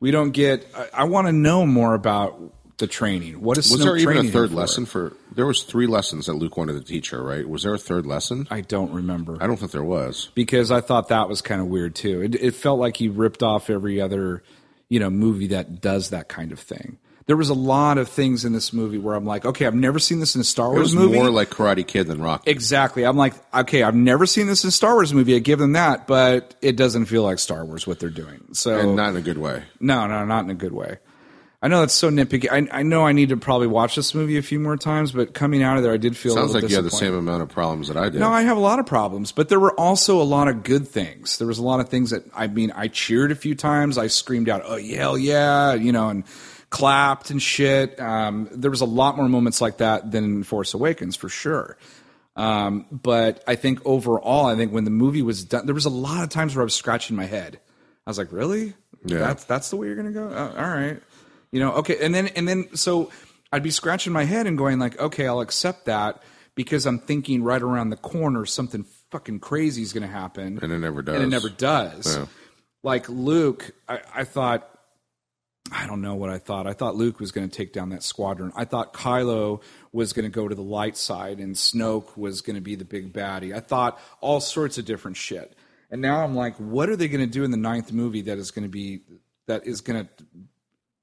S1: we don't get. I, I want to know more about the training. What is
S2: was
S1: Snoke
S2: there even
S1: training
S2: a
S1: him
S2: third
S1: for?
S2: lesson for? There was three lessons that Luke wanted to teach her, right? Was there a third lesson?
S1: I don't remember
S2: I don't think there was.
S1: because I thought that was kind of weird too. It, it felt like he ripped off every other, you know, movie that does that kind of thing. There was a lot of things in this movie where I'm like, okay, I've never seen this in a Star
S2: It
S1: Wars
S2: was
S1: movie.
S2: more like Karate Kid than Rocky.
S1: exactly. I'm like, okay, I've never seen this in a Star Wars movie. I give them that, but it doesn't feel like Star Wars what they're doing. So
S2: and not in a good way.
S1: no, no, not in a good way. I I know that's so nitpicky. I, I know I need to probably watch this movie a few more times, but coming out of there, I did feel.
S2: Sounds like you had the same amount of problems that I did.
S1: No, I have a lot of problems, but there were also a lot of good things. There was a lot of things that I mean, I cheered a few times. I screamed out, "Oh yeah, hell yeah!" You know, and clapped and shit. Um, there was a lot more moments like that than in Force Awakens for sure. Um, but I think overall, I think when the movie was done, there was a lot of times where I was scratching my head. I was like, "Really?
S2: Yeah.
S1: That's that's the way you're gonna go? Uh, all right." you know okay and then and then so i'd be scratching my head and going like okay i'll accept that because i'm thinking right around the corner something fucking crazy is going to happen
S2: and it never does.
S1: and it never does
S2: Yeah.
S1: like luke I, I thought i don't know what i thought i thought luke was going to take down that squadron i thought kylo was going to go to the light side and snoke was going to be the big baddie i thought all sorts of different shit and now i'm like what are they going to do in the ninth movie that is going to be that is going to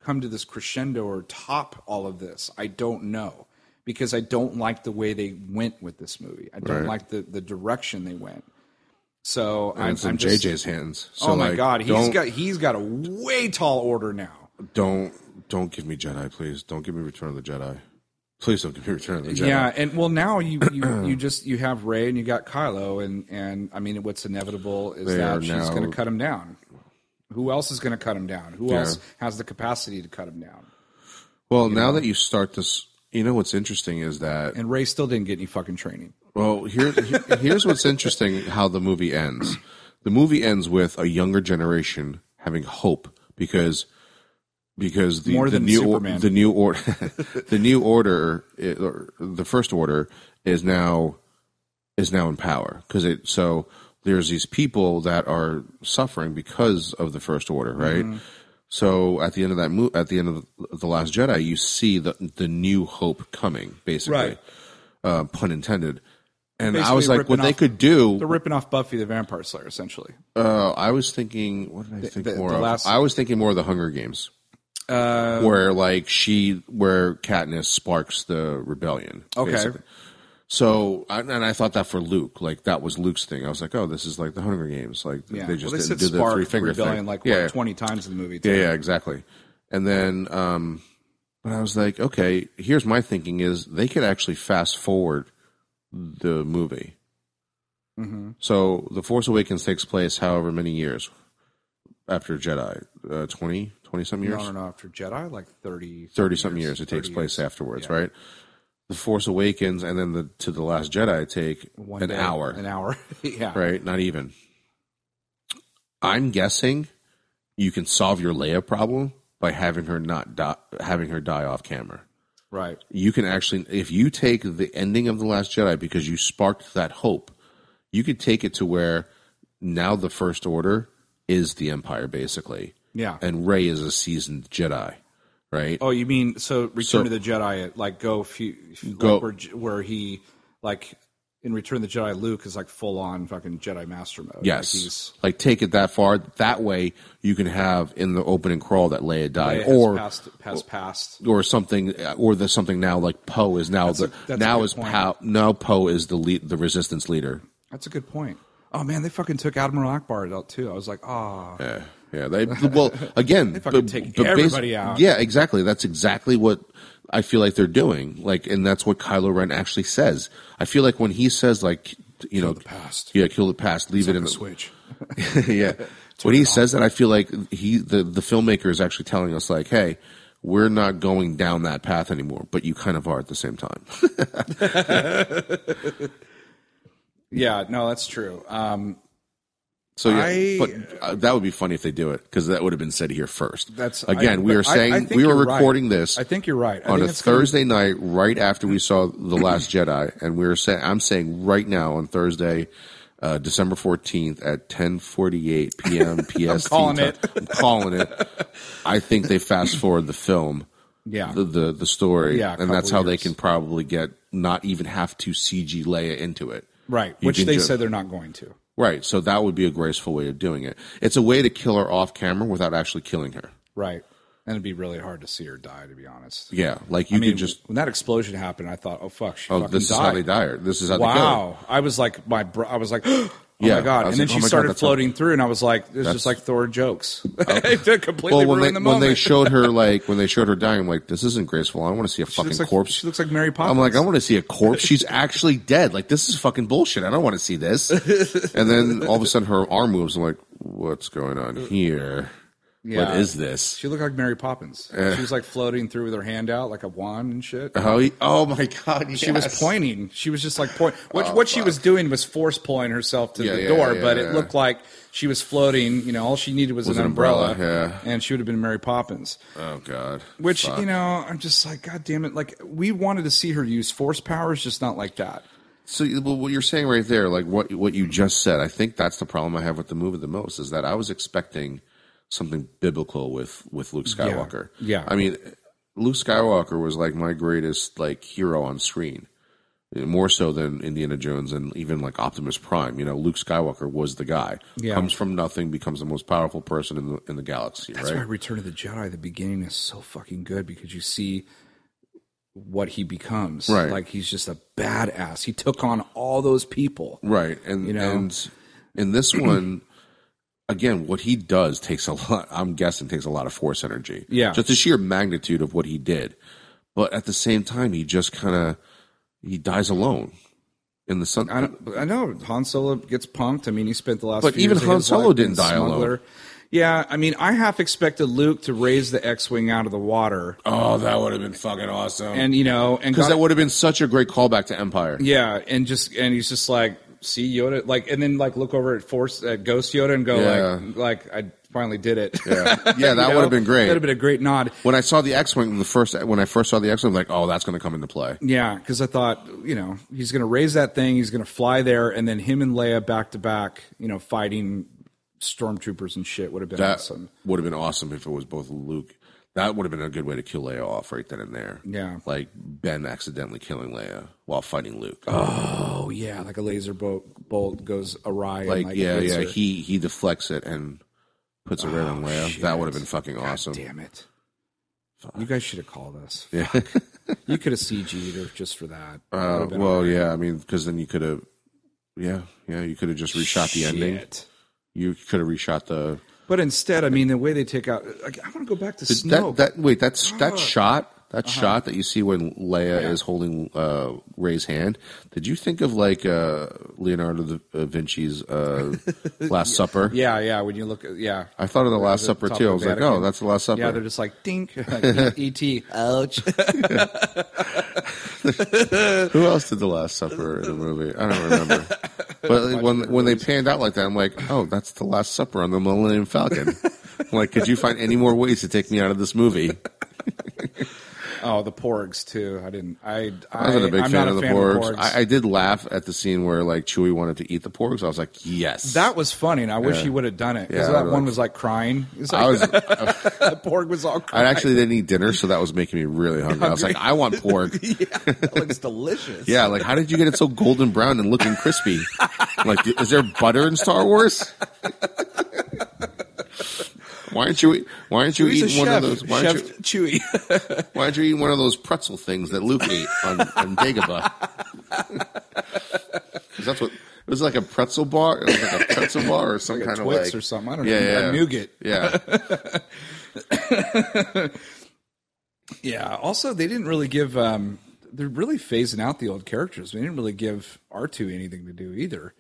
S1: come to this crescendo or top all of this. I don't know because I don't like the way they went with this movie. I don't
S2: Right.
S1: like the, the direction they went. So
S2: And
S1: I'm,
S2: it's in
S1: I'm just,
S2: JJ's hands. So
S1: oh my
S2: like,
S1: god, he's
S2: don't,
S1: got he's got a way tall order now.
S2: don't don't give me Jedi, please. Don't give me Return of the Jedi. Please don't give me Return of the Jedi.
S1: Yeah, and well now you, you you just you have Ray and you got Kylo and and I mean what's inevitable is
S2: They are
S1: that she's
S2: now-
S1: going to cut him down. Who else is going to cut him down? Who
S2: Yeah.
S1: else has the capacity to cut him down?
S2: Well, now that you start this, you know what's interesting is that
S1: And Ray still didn't get any fucking training.
S2: Well, here, here- here's what's interesting how the movie ends. The movie ends with a younger generation having hope because because the
S1: More
S2: the
S1: than
S2: new
S1: Superman.
S2: the new order the new order eh, or the first order is now is now in power because it so there's these people that are suffering because of the first order, right?
S1: Mm-hmm.
S2: So at the end of that mo- at the end of the last Jedi, you see the the new hope coming, basically,
S1: Right.
S2: uh, pun intended. And I
S1: Basically
S2: was like,
S1: ripping
S2: what they
S1: off-
S2: could do.
S1: They're ripping off Buffy the Vampire Slayer essentially.
S2: Uh, I was thinking, what did I think
S1: the-
S2: more
S1: the
S2: of?
S1: last- Oh.
S2: I was thinking more of the Hunger Games, uh, where like she, where Katniss sparks the rebellion.
S1: Okay.
S2: basically. So, I- and I thought that for Luke, like that was Luke's thing. I was like, oh, this is like the Hunger Games. Like
S1: Yeah.
S2: they
S1: well,
S2: just
S1: they
S2: didn't
S1: said
S2: do the
S1: spark
S2: three finger
S1: rebellion
S2: thing.
S1: like
S2: yeah,
S1: what, twenty times in the movie. Too.
S2: Yeah, yeah, exactly. And then, um, but I was like, okay, here's my thinking is they could actually fast forward the movie.
S1: Mm-hmm.
S2: So the Force Awakens takes place however many years after Jedi, uh, 20, 20 some years,
S1: No, no, no. After Jedi, like 30,
S2: 30 some Mm-hmm. years, it takes
S1: 30
S2: place afterwards, right? The Force Awakens and then the, to the Last Jedi take
S1: One
S2: an
S1: day,
S2: hour
S1: An hour. yeah.
S2: right? Not even. I'm guessing you can solve your Leia problem by having her not die, having her die off camera.
S1: Right.
S2: You can actually, if you take the ending of the Last Jedi because you sparked that hope, you could take it to where now the First Order is the Empire basically,
S1: Yeah.
S2: and Rey is a seasoned Jedi, right?
S1: oh, you mean so Return
S2: So-
S1: to the Jedi? It, like go few,
S2: Go-
S1: like where, J- where he like in Return of the Jedi, Luke is like full on fucking Jedi Master mode.
S2: Yes.
S1: Like
S2: Like,
S1: he's
S2: take it that far. That way you can have in the opening crawl that Leia died
S1: has
S2: or
S1: past has passed.
S2: or something, or there's something now like Poe is now the
S1: that's a
S2: now
S1: good
S2: is
S1: point.
S2: Poe now Poe is the lead, the resistance leader.
S1: That's a good point. Oh man, they fucking took Admiral Akbar out too. I was like, ah,
S2: Yeah, yeah. They well again,
S1: fucking
S2: but-
S1: take
S2: but basi-
S1: everybody out.
S2: Yeah, exactly. That's exactly what I feel like they're doing. Like, and that's what Kylo Ren actually says. I feel like when he says like, you know,
S1: past.
S2: yeah, kill the past, leave it in the
S1: switch.
S2: yeah. When he says that, I feel like he the the filmmaker is actually telling us like, hey. We're not going down that path anymore, but you kind of are at the same time.
S1: Yeah, no, that's true. Um,
S2: So yeah,
S1: I-
S2: but uh, that would be funny if they do it because that would have been said here first.
S1: That's-
S2: again,
S1: I-
S2: we
S1: but
S2: were
S1: I-
S2: saying
S1: I think
S2: we were
S1: you're right.
S2: recording this
S1: I think you're right. I
S2: on
S1: think
S2: a
S1: it's gonna be-
S2: Thursday night, right after we saw the Last Jedi, and we were saying I'm saying right now on Thursday, uh, December fourteenth at ten forty eight p.m. PST. I'm
S1: calling it.
S2: I'm calling it. I think they fast forward the film.
S1: Yeah.
S2: The, the the story,
S1: Yeah, a
S2: and that's
S1: couple
S2: how they
S1: years.
S2: can probably get not even have to CG Leia into it,
S1: Right,
S2: You
S1: which
S2: can
S1: they
S2: ju-
S1: said they're not going to.
S2: Right. So that would be a graceful way of doing it. It's a way to kill her off camera without actually killing her.
S1: Right, and it'd be really hard to see her die, to be honest.
S2: Yeah. Like you
S1: I mean,
S2: could just,
S1: when that explosion happened, I thought, "Oh fuck, she
S2: oh,
S1: fucking
S2: this is
S1: died."
S2: how they die. Or this is how they kill her.
S1: wow, I was like, my bro- I was like, Oh
S2: yeah,
S1: my god!
S2: I
S1: And
S2: was
S1: then
S2: like, oh
S1: she
S2: my God,
S1: started
S2: that's a-
S1: floating through, and I was like, "It's just like Thor jokes." it completely
S2: well, when they
S1: ruined the
S2: when
S1: moment.
S2: they showed her like when they showed her dying, I'm like, this isn't graceful. I want to see a
S1: she
S2: fucking
S1: looks like,
S2: corpse.
S1: She looks like Mary Poppins.
S2: I'm like, "Oh I want to see a corpse. She's actually dead. Like this is fucking bullshit. I don't want to see this. And then all of a sudden, her arm moves. I'm like, what's going on here? What
S1: Yeah.
S2: is this?
S1: She looked like Mary Poppins. she was like floating through with her hand out like a wand and shit.
S2: How he- oh my god,
S1: She was pointing. She was just like point. What, what she was doing was force pulling herself to
S2: Oh, Yeah,
S1: the
S2: yeah,
S1: door,
S2: yeah,
S1: but
S2: yeah.
S1: it looked like she was floating. You know, all she needed was, an,
S2: an
S1: umbrella,
S2: umbrella, yeah.
S1: and she would have been Mary Poppins.
S2: Oh god,
S1: Which
S2: Fuck.
S1: you know, I'm just like, God damn it! Like we wanted to see her use force powers, just not like that.
S2: So you- well, what you're saying right there, like what what you just said, I think that's the problem I have with the movie the most is that I was expecting something biblical with with Luke Skywalker.
S1: Yeah.
S2: I mean, Luke Skywalker was like my greatest like hero on screen, more so than Indiana Jones and even like Optimus Prime. You know, Luke Skywalker was the guy.
S1: Yeah.
S2: comes from nothing, becomes the most powerful person in the in the galaxy.
S1: That's
S2: right?
S1: why Return of the Jedi, the beginning is so fucking good because you see what he becomes.
S2: Right.
S1: Like he's just a badass. He took on all those people.
S2: Right. And
S1: You know?
S2: and in this one again, what he does takes a lot I'm guessing takes a lot of force energy.
S1: Yeah.
S2: Just the sheer magnitude of what he did. But at the same time he just kinda he dies alone in the sun.
S1: I don't, I know Han Solo gets punked. I mean, he spent the last.
S2: But
S1: few
S2: even
S1: years of
S2: Han
S1: his
S2: Solo
S1: life
S2: didn't
S1: being
S2: die alone.
S1: smuggler. Yeah, I mean, I half expected Luke to raise the X-wing out of the water,
S2: oh, that would have been fucking awesome.
S1: and you know, and
S2: Because
S1: got-
S2: that would have been such a great callback to Empire.
S1: yeah, and just and he's just like, see Yoda, like, and then like look over at Force at Ghost Yoda and go
S2: Yeah.
S1: like, like I finally did it.
S2: Yeah. Yeah, that
S1: You know?
S2: would have been great.
S1: That would have been a great nod.
S2: when I saw the X Wing the first when I first saw the X Wing, like, oh that's gonna come into play.
S1: Yeah, because I thought, you know, he's going to raise that thing, he's going to fly there, and then him and Leia back to back, you know, fighting stormtroopers and shit would have been
S2: That
S1: awesome.
S2: would have been awesome if it was both Luke. That would have been a good way to kill Leia off right then and there.
S1: Yeah.
S2: Like Ben accidentally killing Leia while fighting Luke.
S1: Oh yeah, like a laser bolt bolt goes awry.
S2: like,
S1: and, like
S2: yeah,
S1: hits
S2: yeah.
S1: her.
S2: He he deflects it and puts a red on Leia. That would have been fucking awesome.
S1: Oh, Damn it! You guys should have called us.
S2: Yeah.
S1: You could have CG'd her just for that. That
S2: Uh,
S1: would've been
S2: well, yeah. I mean, because then you could have. Yeah, yeah. You could have just reshot the ending.
S1: shit.
S2: You could have reshot the.
S1: But instead, I mean, the way they take out, like, I want to go back to Snoke.
S2: That, that wait, that's that shot, that
S1: Uh-huh.
S2: shot that you see when Leia is holding uh, Ray's hand. Did you think of like uh, Leonardo da uh, Vinci's uh, Last Supper?
S1: yeah, yeah. When you look, at, yeah,
S2: I thought of the Last
S1: the
S2: Supper
S1: top
S2: too. I
S1: of
S2: was like,
S1: Vatican.
S2: oh, that's the Last Supper.
S1: yeah. They're just like dink, like, E et. Ouch.
S2: Who else did the Last Supper in the movie? I don't remember. But when when they panned out like that, I'm like, oh, that's the Last Supper on the Millennium Falcon. like, could you find any more ways to take me out of this movie?
S1: Oh, the Porgs too. I didn't. I. I
S2: I wasn't a big
S1: am
S2: fan
S1: not
S2: of
S1: a
S2: the
S1: fan
S2: porgs.
S1: Of
S2: I, I did laugh at the scene where like Chewie wanted to eat the porgs. I was like, yes,
S1: that was funny, and I wish
S2: Yeah.
S1: he would have done it
S2: Yeah,
S1: because
S2: I
S1: that
S2: would've
S1: one
S2: liked-
S1: was like crying. It was like,
S2: I was.
S1: that Porg was all
S2: I
S1: crying.
S2: actually didn't eat dinner, so that was making me really hungry. I was like, I want pork.
S1: that looks delicious.
S2: Yeah, like how did you get it so golden brown and looking crispy? Like, is there butter in Star Wars? Why aren't you? e-, Why aren't you
S1: He's a
S2: eating one
S1: chef.
S2: of those? Why
S1: chef
S2: aren't, you,
S1: Chewy.
S2: why aren't you eating one of those pretzel things that Luke ate on, on Dagobah? 'Cause that's what it was like a pretzel bar, it was like a pretzel bar or some
S1: Like a
S2: kind of
S1: Twix
S2: like
S1: or something. I don't
S2: yeah,
S1: know.
S2: yeah,
S1: A nougat.
S2: Yeah,
S1: yeah. Also, they didn't really give. Um, they're really phasing out the old characters. They didn't really give R two anything to do either.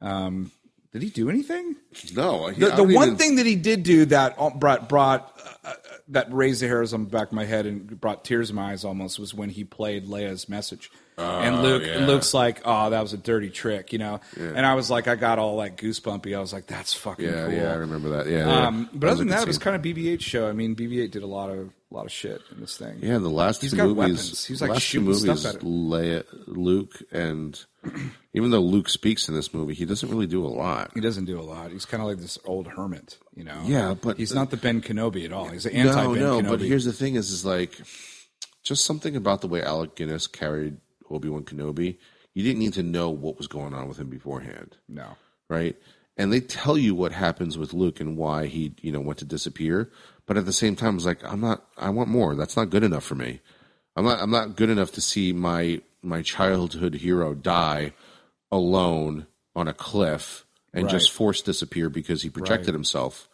S1: Um, did he do anything?
S2: no. I- I
S1: The, the
S2: don't
S1: one
S2: even-
S1: thing that he did do that al- brought brought uh, uh, that raised the hairs on the back of my head and brought tears in my eyes almost was when he played Leia's message. and Luke
S2: Oh, yeah.
S1: Luke's like, "Oh, that was a dirty trick," you know. And I was like, I got all like goosebumpy. I was like, "That's fucking
S2: Yeah,
S1: cool."
S2: yeah, I remember that. Yeah, yeah.
S1: Um, but other than that, it was kind of BB-8 show. I mean, BB-8 did a lot of a lot of shit in this thing.
S2: Yeah, the last two
S1: got
S2: movies,
S1: weapons. He's,
S2: the
S1: like,
S2: last two
S1: shooting stuff
S2: movies,
S1: at it.
S2: Leia, Luke, and even though Luke speaks in this movie, he doesn't really do a lot.
S1: He doesn't do a lot. He's kind of like this old hermit, you know.
S2: Yeah, but-
S1: he's not the Ben Kenobi at all. He's the anti
S2: No,
S1: Ben
S2: no.
S1: Kenobi.
S2: But here's the thing: is is like just something about the way Alec Guinness carried Obi Wan Kenobi. You didn't need to know what was going on with him beforehand,
S1: no.
S2: right? And they tell you what happens with Luke and why he, you know, went to disappear. But at the same time, it's like I'm not. I want more. That's not good enough for me. I'm not I'm not good enough to see my my childhood hero die alone on a cliff and just forced disappear because he projected himself.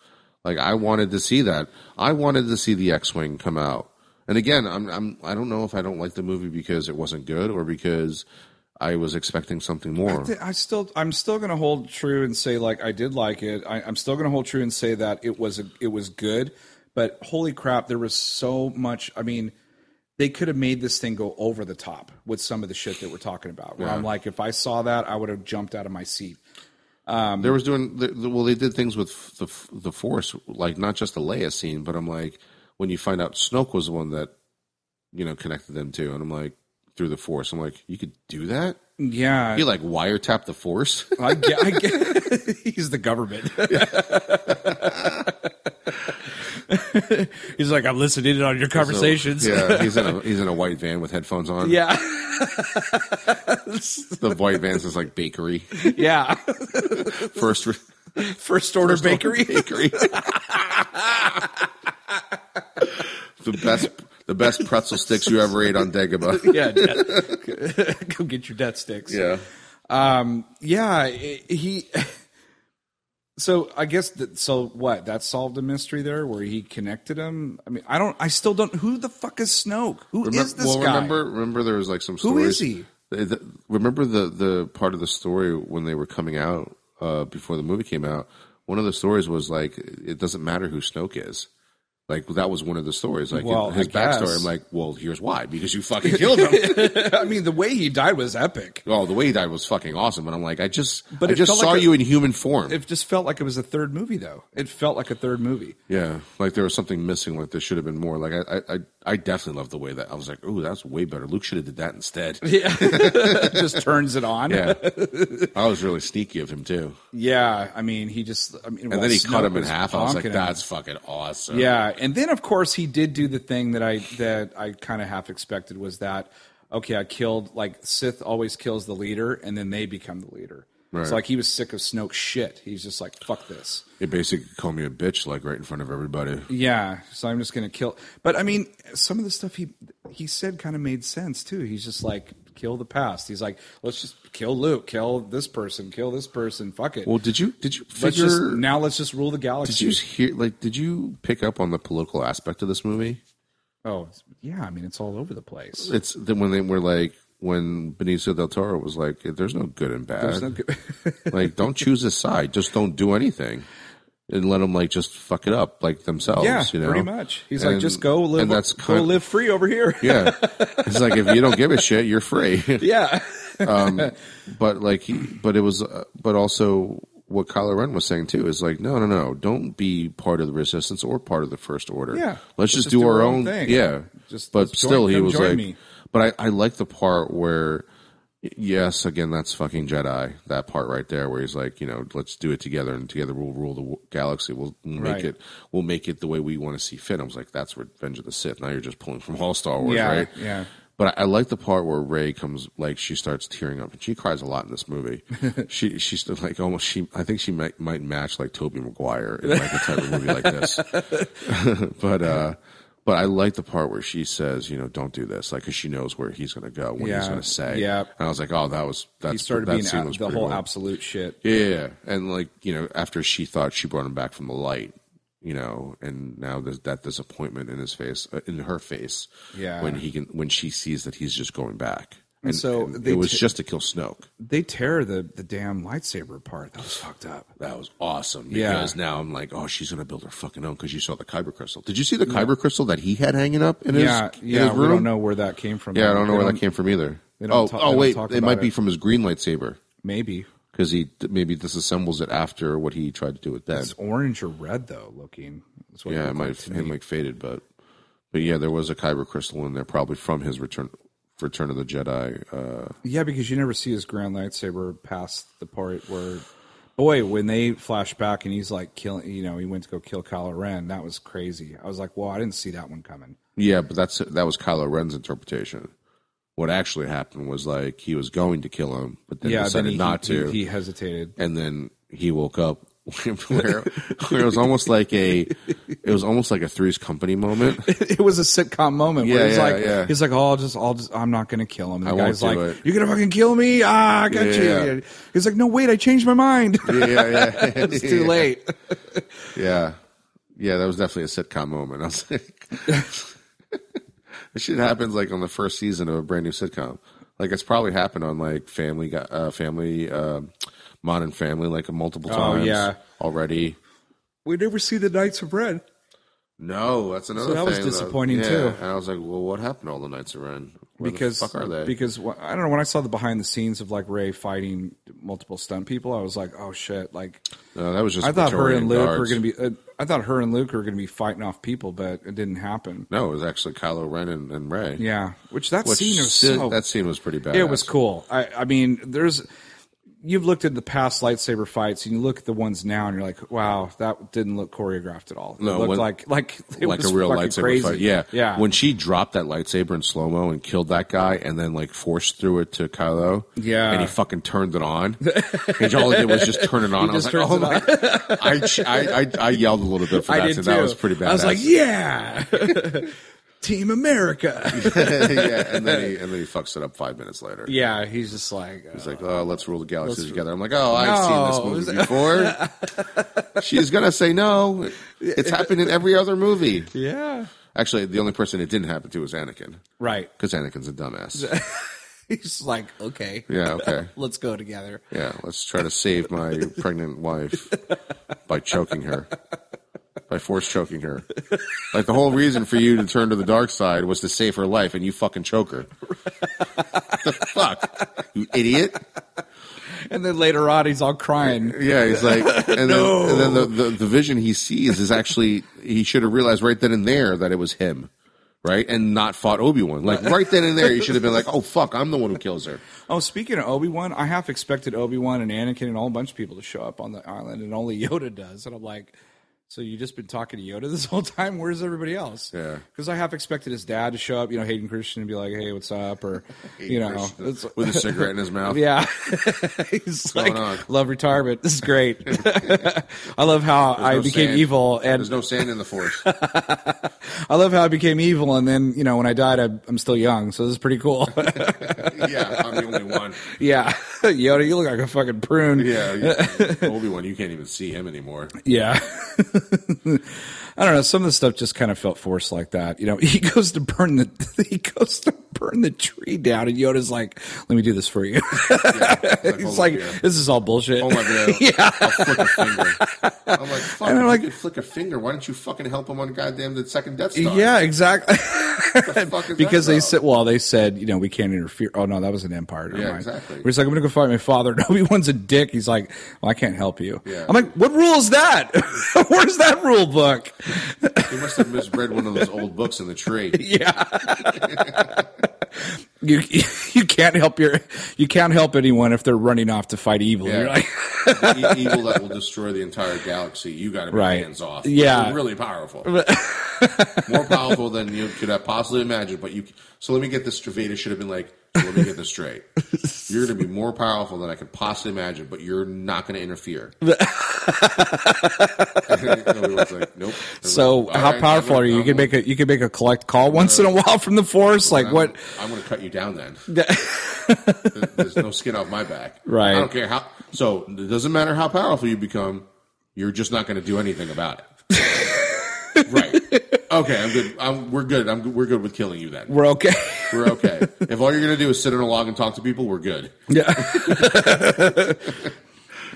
S2: Like I wanted to see that. I wanted to see the X-wing come out. And again, I'm I'm I don't know if I don't like the movie because it wasn't good or because I was expecting something more.
S1: Th- I still, I'm still going to hold true and say like I did like it. I, I'm still going to hold true and say that it was a, it was good. But holy crap, there was so much. I mean, they could have made this thing go over the top with some of the shit that we're talking about. Where I'm like, if I saw that, I would have jumped out of my seat.
S2: There was doing the, the, well. They did things with the the force, like not just the Leia scene, but I'm like, when you find out Snoke was the one that you know connected them to, and I'm like, through the force, I'm like, you could do that.
S1: Yeah,
S2: You like wiretap the force.
S1: I get, I get, he's the government. he's like, I'm listening in on your conversations.
S2: yeah, he's in a he's in a white van with headphones on.
S1: yeah.
S2: the white van's is like bakery
S1: Yeah.
S2: first. re-
S1: First order bakery.
S2: bakery. the best the best pretzel sticks you ever ate on Dagobah.
S1: yeah. death- Go get your death sticks.
S2: Yeah.
S1: Um, yeah, it- he. So I guess that, so. What that solved a mystery there, where he connected him. I mean, I don't. I still don't. Who the fuck is Snoke? Who is
S2: Remem-
S1: this
S2: well,
S1: guy?
S2: remember remember there was like some stories.
S1: Who is he?
S2: They- the- remember the the part of the story when they were coming out uh, before the movie came out. One of the stories was like it doesn't matter who Snoke is. Like that was one of the stories. Like
S1: Well,
S2: his
S1: I guess.
S2: backstory. I'm like, well, here's why because you fucking killed him.
S1: I mean, the way he died was epic.
S2: oh, the way he died was fucking awesome. And I'm like, I just,
S1: But
S2: I
S1: it
S2: just
S1: felt
S2: saw
S1: like a-
S2: you in human form.
S1: It just felt like it was a third movie, though. It felt like a third movie.
S2: Yeah, like there was something missing. Like there should have been more. Like I, I- I, I definitely love the way that I was like, "Ooh, that's way better." Luke should have did that instead.
S1: Yeah, it just turns it on.
S2: Yeah, I was really sneaky of him too.
S1: Yeah, I mean, he just. I mean,
S2: And then he cut him in half. I was like, "That's fucking awesome."
S1: Yeah, and then of course he did do the thing that I that I kind of half expected was that okay, I killed like Sith always kills the leader, and then they become the leader. It's like he was sick of Snoke's shit. He's just like fuck this.
S2: it basically called me a bitch like right in front of everybody.
S1: Yeah, so I'm just gonna kill. But I mean, some of the stuff he he said kind of made sense too. He's just like kill the past. He's like let's just kill Luke, kill this person, kill this person. Fuck it.
S2: Well, did you did you
S1: let's just
S2: figure?
S1: now let's just rule the
S2: Did
S1: galaxy.
S2: you hear? Like, did you pick up on the political aspect of this movie?
S1: oh yeah, I mean it's all over the place.
S2: It's that when they were like when Benicio del Toro was like, "There's no good and bad."
S1: There's no good-
S2: like don't choose a side just don't do anything and let them like just fuck it up like themselves
S1: Yeah,
S2: you know
S1: pretty much. He's
S2: And-
S1: like, just go live,
S2: and that's
S1: go
S2: kind
S1: live free over here.
S2: yeah it's like if you don't give a shit you're free
S1: Yeah,
S2: but like he, but it was uh, but also what Kylo Ren was saying too is like no no no don't be part of the resistance or part of the first order
S1: Yeah.
S2: let's, just, do, our own
S1: thing.
S2: yeah
S1: Just-
S2: but
S1: just join-
S2: still he
S1: come
S2: was
S1: join
S2: like
S1: me.
S2: but I I like the part where yes again that's fucking Jedi that part right there where he's like you know let's do it together and together we'll rule the w- galaxy we'll make
S1: Right.
S2: it we'll make it the way we want to see fit I was like that's Revenge of the Sith now you're just pulling from all Star Wars
S1: Yeah,
S2: right
S1: yeah.
S2: but I, I like the part where Ray comes, like she starts tearing up, and she cries a lot in this movie. she she's like almost she. I think she might might match like Toby Maguire in like a type of movie like this. but uh, but I like the part where she says, you know, don't do this, like because she knows where he's gonna go, what he's
S1: Yeah.
S2: gonna say.
S1: Yeah.
S2: and I was like, oh, that was that's
S1: he started
S2: that
S1: being
S2: scene
S1: ab-
S2: was
S1: the
S2: pretty
S1: whole
S2: cool.
S1: absolute shit.
S2: Yeah, yeah, yeah. and like you know, after she thought she brought him back from the light, you know, and now there's that disappointment in his face, uh, in her face.
S1: Yeah.
S2: when he can, when she sees that he's just going back, and
S1: so
S2: and
S1: they
S2: it was
S1: t-
S2: just to kill Snoke.
S1: They tear the the damn lightsaber apart. That was fucked up.
S2: That was awesome.
S1: Yeah.
S2: Because now I'm like, oh, she's gonna build her fucking own because you saw the kyber crystal. Did you see the kyber crystal that he had hanging up in
S1: Yeah,
S2: his in
S1: yeah.
S2: his
S1: We
S2: room?
S1: don't know where that came from.
S2: Yeah, I don't know
S1: They
S2: where that came from either.
S1: don't
S2: Oh,
S1: talk- they
S2: oh,
S1: don't
S2: wait,
S1: talk
S2: it might
S1: about
S2: be
S1: it.
S2: from his green lightsaber
S1: Maybe
S2: because he d- maybe disassembles it after what he tried to do with that.
S1: it's orange or red though. Looking. That's what
S2: Yeah,
S1: looked
S2: it
S1: like
S2: might have
S1: to me.
S2: him like faded, but but yeah, there was a kyber crystal in there, probably from his return Return of the Jedi. Uh,
S1: Yeah, because you never see his grand lightsaber past the part where, boy, when they flash back and he's like killing, you know, he went to go kill Kylo Ren. That was crazy. I was like, well, I didn't see that one coming.
S2: yeah, but that's that was Kylo Ren's interpretation. What actually happened was like he was going to kill him, but then
S1: Yeah,
S2: decided
S1: then he,
S2: not
S1: he-
S2: to,
S1: he hesitated.
S2: and then he woke up where, where it was almost like a it was almost like a Three's Company moment.
S1: it was a sitcom moment
S2: Yeah,
S1: where he's
S2: yeah,
S1: like,
S2: yeah.
S1: he's like, oh, I'll just, I'll just, I'm not gonna kill him. And the
S2: won't
S1: guy's
S2: do
S1: like,
S2: it.
S1: you're gonna fucking kill me? Ah, I got
S2: Yeah,
S1: you.
S2: yeah.
S1: He's like, no, wait, I changed my mind.
S2: Yeah, yeah, yeah.
S1: it's too late.
S2: Yeah, yeah, that was definitely a sitcom moment. I was like, this shit happens like on the first season of a brand new sitcom. Like it's probably happened on like Family, Guy- uh, Family, uh, Modern Family, like multiple times
S1: Oh, yeah.
S2: already.
S1: We never see the Knights of Red.
S2: No, that's another.
S1: that was
S2: thing
S1: disappointing,
S2: yeah.
S1: too.
S2: And I was like, well, what happened to all the Knights of Ren? Where
S1: because
S2: the fuck are they?
S1: Because wh- I don't know when I saw the behind the scenes of like Ray fighting multiple stunt people, I was like, oh shit! Like
S2: no, that was just.
S1: I thought her
S2: Praetorian
S1: and Luke
S2: guards.
S1: were going to be. Uh, I thought her and Luke were going to be fighting off people, but it didn't happen.
S2: No, it was actually Kylo Ren and, and Ray.
S1: Yeah, which that scene was
S2: Shit,
S1: so.
S2: that scene was pretty bad.
S1: it was cool. I, I mean, there's. You've looked at the past lightsaber fights, and you look at the ones now, and you're like, "Wow, that didn't look choreographed at all.
S2: No,
S1: it looked
S2: when-
S1: like like it
S2: like
S1: was
S2: a real
S1: fucking
S2: lightsaber
S1: crazy.
S2: fight. Yeah,
S1: yeah.
S2: When she dropped that lightsaber in slow mo and killed that guy, and then like forced through it to Kylo.
S1: Yeah.
S2: and he fucking turned it on. and all he did was just turn it on. I was
S1: just
S2: like, oh my!
S1: turns
S2: I, ch- I, I I yelled a little bit for
S1: I
S2: that.
S1: did too.
S2: too. That was pretty bad.
S1: I was like, "Yeah, Team America."
S2: yeah, and then he and then he fucks it up five minutes later.
S1: Yeah, he's just like, uh,
S2: He's like, oh, let's rule the galaxy together. I'm like, oh, I've
S1: No,
S2: seen this movie before. She's gonna say no. It's happened in every other movie.
S1: yeah,
S2: Actually, the only person it didn't happen to was Anakin,
S1: right.
S2: because Anakin's a dumbass.
S1: He's like, okay,
S2: Yeah, okay.
S1: let's go together.
S2: Yeah, let's try to save my pregnant wife by choking her, by force choking her. Like the whole reason for you to turn to the dark side was to save her life, and you fucking choke her. the fuck, you idiot!
S1: And then later on, he's all crying.
S2: Yeah, he's like, and
S1: No.
S2: then, and then the, the the vision he sees is actually he should have realized right then and there that it was him. Right and not fought Obi Wan like right then and there you should have been like oh fuck I'm the one who kills her
S1: Oh, speaking of Obi Wan, I half expected Obi Wan and Anakin and a whole bunch of people to show up on the island, and only Yoda does. And I'm like, so you just been talking to Yoda this whole time? Where's everybody else?
S2: Yeah.
S1: because I half expected his dad to show up. You know, Hayden Christian and be like, "Hey, what's up?" Or you know, it's-
S2: with a cigarette in his mouth
S1: Yeah. He's like,
S2: on?
S1: love retirement. This is great. I love how I
S2: no
S1: became
S2: sand.
S1: evil
S2: there's
S1: and
S2: no sand in the force
S1: I love how I became evil. And then, you know, when I died, I, I'm still young. So this is pretty cool.
S2: yeah, I'm the only one.
S1: yeah. Yoda, you look like a fucking prune.
S2: Yeah, Obi Wan, you can't even see him anymore.
S1: Yeah. I don't know. Some of the stuff just kind of felt forced like that. You know, he goes to burn the, he goes to burn the tree down and Yoda's like, let me do this for you. He's like, this is all bullshit.
S2: oh my god, yeah. I'll flick a finger. I'm like, fuck,
S1: And I'm
S2: if
S1: like-
S2: you could flick a finger. Why don't you fucking help him on goddamn the second Death Star?
S1: yeah, exactly.
S2: What the fuck is
S1: because
S2: that
S1: they
S2: about?
S1: said, well, they said, you know, we can't interfere. Oh no, that was an empire. Never
S2: Yeah,
S1: mind.
S2: exactly.
S1: We're just like, I'm gonna go fight my father. And Obi Wan's a dick. He's like, well, I can't help you.
S2: Yeah.
S1: I'm like, what rule is that? Where's that rule book?
S2: he must have misread one of those old books in the tree.
S1: Yeah. you you can't help your you can't help anyone if they're running off to fight evil.
S2: Yeah.
S1: You're like,
S2: The e- evil that will destroy the entire galaxy. You got to be
S1: Right.
S2: hands off.
S1: Yeah.
S2: You're really powerful. More powerful than you could have possibly imagined. But you. So let me get this. Veda should have been like. so Let me get this straight. You're going to be more powerful than I could possibly imagine, but you're not going to interfere. Everyone's like, nope.
S1: so how powerful are you? You can make a you can make a collect call once in a while from the force. Like what?
S2: I'm going to cut you down then. There's no skin off my back.
S1: Right.
S2: I don't care how. So it doesn't matter how powerful you become. You're just not going to do anything about it. right. Okay. I'm good. I'm, we're good. I'm, we're good with killing you then.
S1: We're okay.
S2: We're okay. if all you're going to do is sit in a log and talk to people, we're good.
S1: Yeah.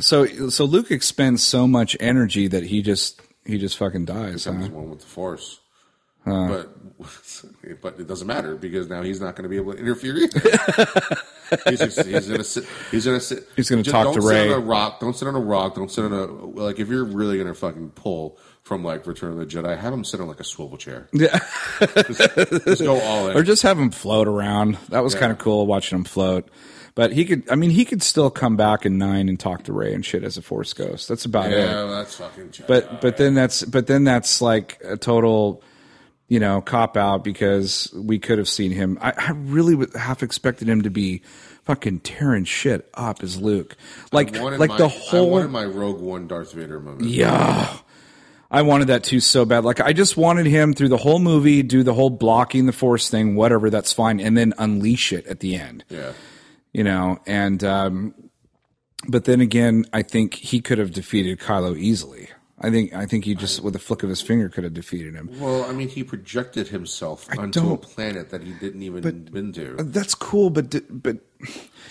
S1: so so Luke expends so much energy that he just he just fucking dies.
S2: That
S1: Huh?
S2: was one with the force. But but it doesn't matter because now he's not going to be able to interfere either. he's just- he's going to sit. He's going to sit.
S1: He's gonna
S2: Just
S1: talk
S2: don't
S1: to
S2: sit
S1: Rey.
S2: On a rock. Don't sit on a rock. Don't sit on a like. If you're really going to fucking pull from like Return of the Jedi, have him sit on like a swivel chair.
S1: Yeah.
S2: Just, just go all
S1: Or
S2: in.
S1: just have him float around. That was kind of cool watching him float. But he could I mean he could still come back in 9 and talk to Ray and shit as a force ghost. That's about it.
S2: Yeah, that's fucking. Jedi.
S1: but but then that's but then that's like a total you know cop out because we could have seen him I, I really would half expected him to be fucking tearing shit up as Luke. Like
S2: I wanted
S1: like
S2: my-
S1: the
S2: I
S1: whole
S2: wanted my Rogue One Darth Vader moment.
S1: yeah. I wanted that too so bad. Like I just wanted him through the whole movie, do the whole blocking the force thing, whatever. That's fine, and then unleash it at the end
S2: Yeah.
S1: you know, and um, but then again, I think he could have defeated Kylo easily. I think I think he just with a flick of his finger could have defeated him.
S2: Well, I mean, he projected himself onto a
S1: don't-
S2: planet that he didn't even been to.
S1: That's cool, but d- but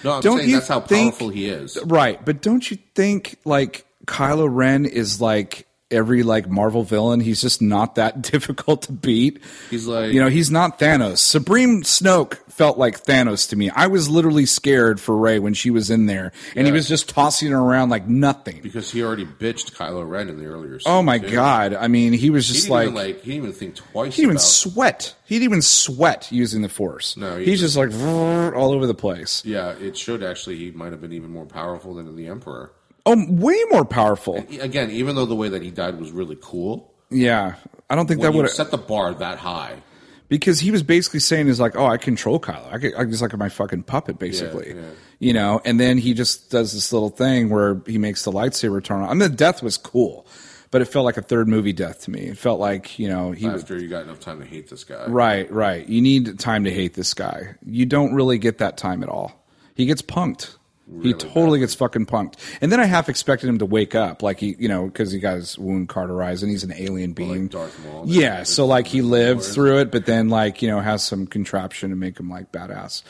S2: No, I'm
S1: don't
S2: saying
S1: you
S2: that's how
S1: think-
S2: powerful he is.
S1: right, but don't you think like Kylo Ren is like every like Marvel villain? He's just not that difficult to beat.
S2: He's like,
S1: You know, he's not Thanos. Supreme Snoke felt like Thanos to me. I was literally scared for Rey when she was in there, and he was just tossing her around like nothing.
S2: because he already bitched Kylo Ren in the earlier.
S1: Oh
S2: scene,
S1: my
S2: too.
S1: god! I mean, he was
S2: He
S1: just
S2: didn't
S1: like,
S2: even like he didn't even think twice.
S1: he didn't even
S2: about,
S1: sweat. He didn't even sweat using the force.
S2: No, he
S1: he's just like "Vroom," all over the place.
S2: yeah, it showed actually he might have been even more powerful than the Emperor.
S1: Oh, way more powerful.
S2: Again, even though the way that he died was really cool,
S1: Yeah, I don't think
S2: that
S1: that would
S2: would set the bar that high.
S1: because he was basically saying is like, oh, I control Kylo. I could, I'm just like my fucking puppet, basically.
S2: yeah.
S1: You know, and then he just does this little thing where he makes the lightsaber turn on. I mean, the death was cool, but it felt like a third movie death to me. It felt like you know he was
S2: After you got enough time to hate this guy,
S1: Right, right. You need time to hate this guy. You don't really get that time at all. He gets punked. he totally gets fucking punked. And then I half expected him to wake up, like he, you know, because he got his wound cauterized and he's an alien being.
S2: Darth Maul.
S1: yeah, so like he lived through it, but then like you know has some contraption to make him like badass.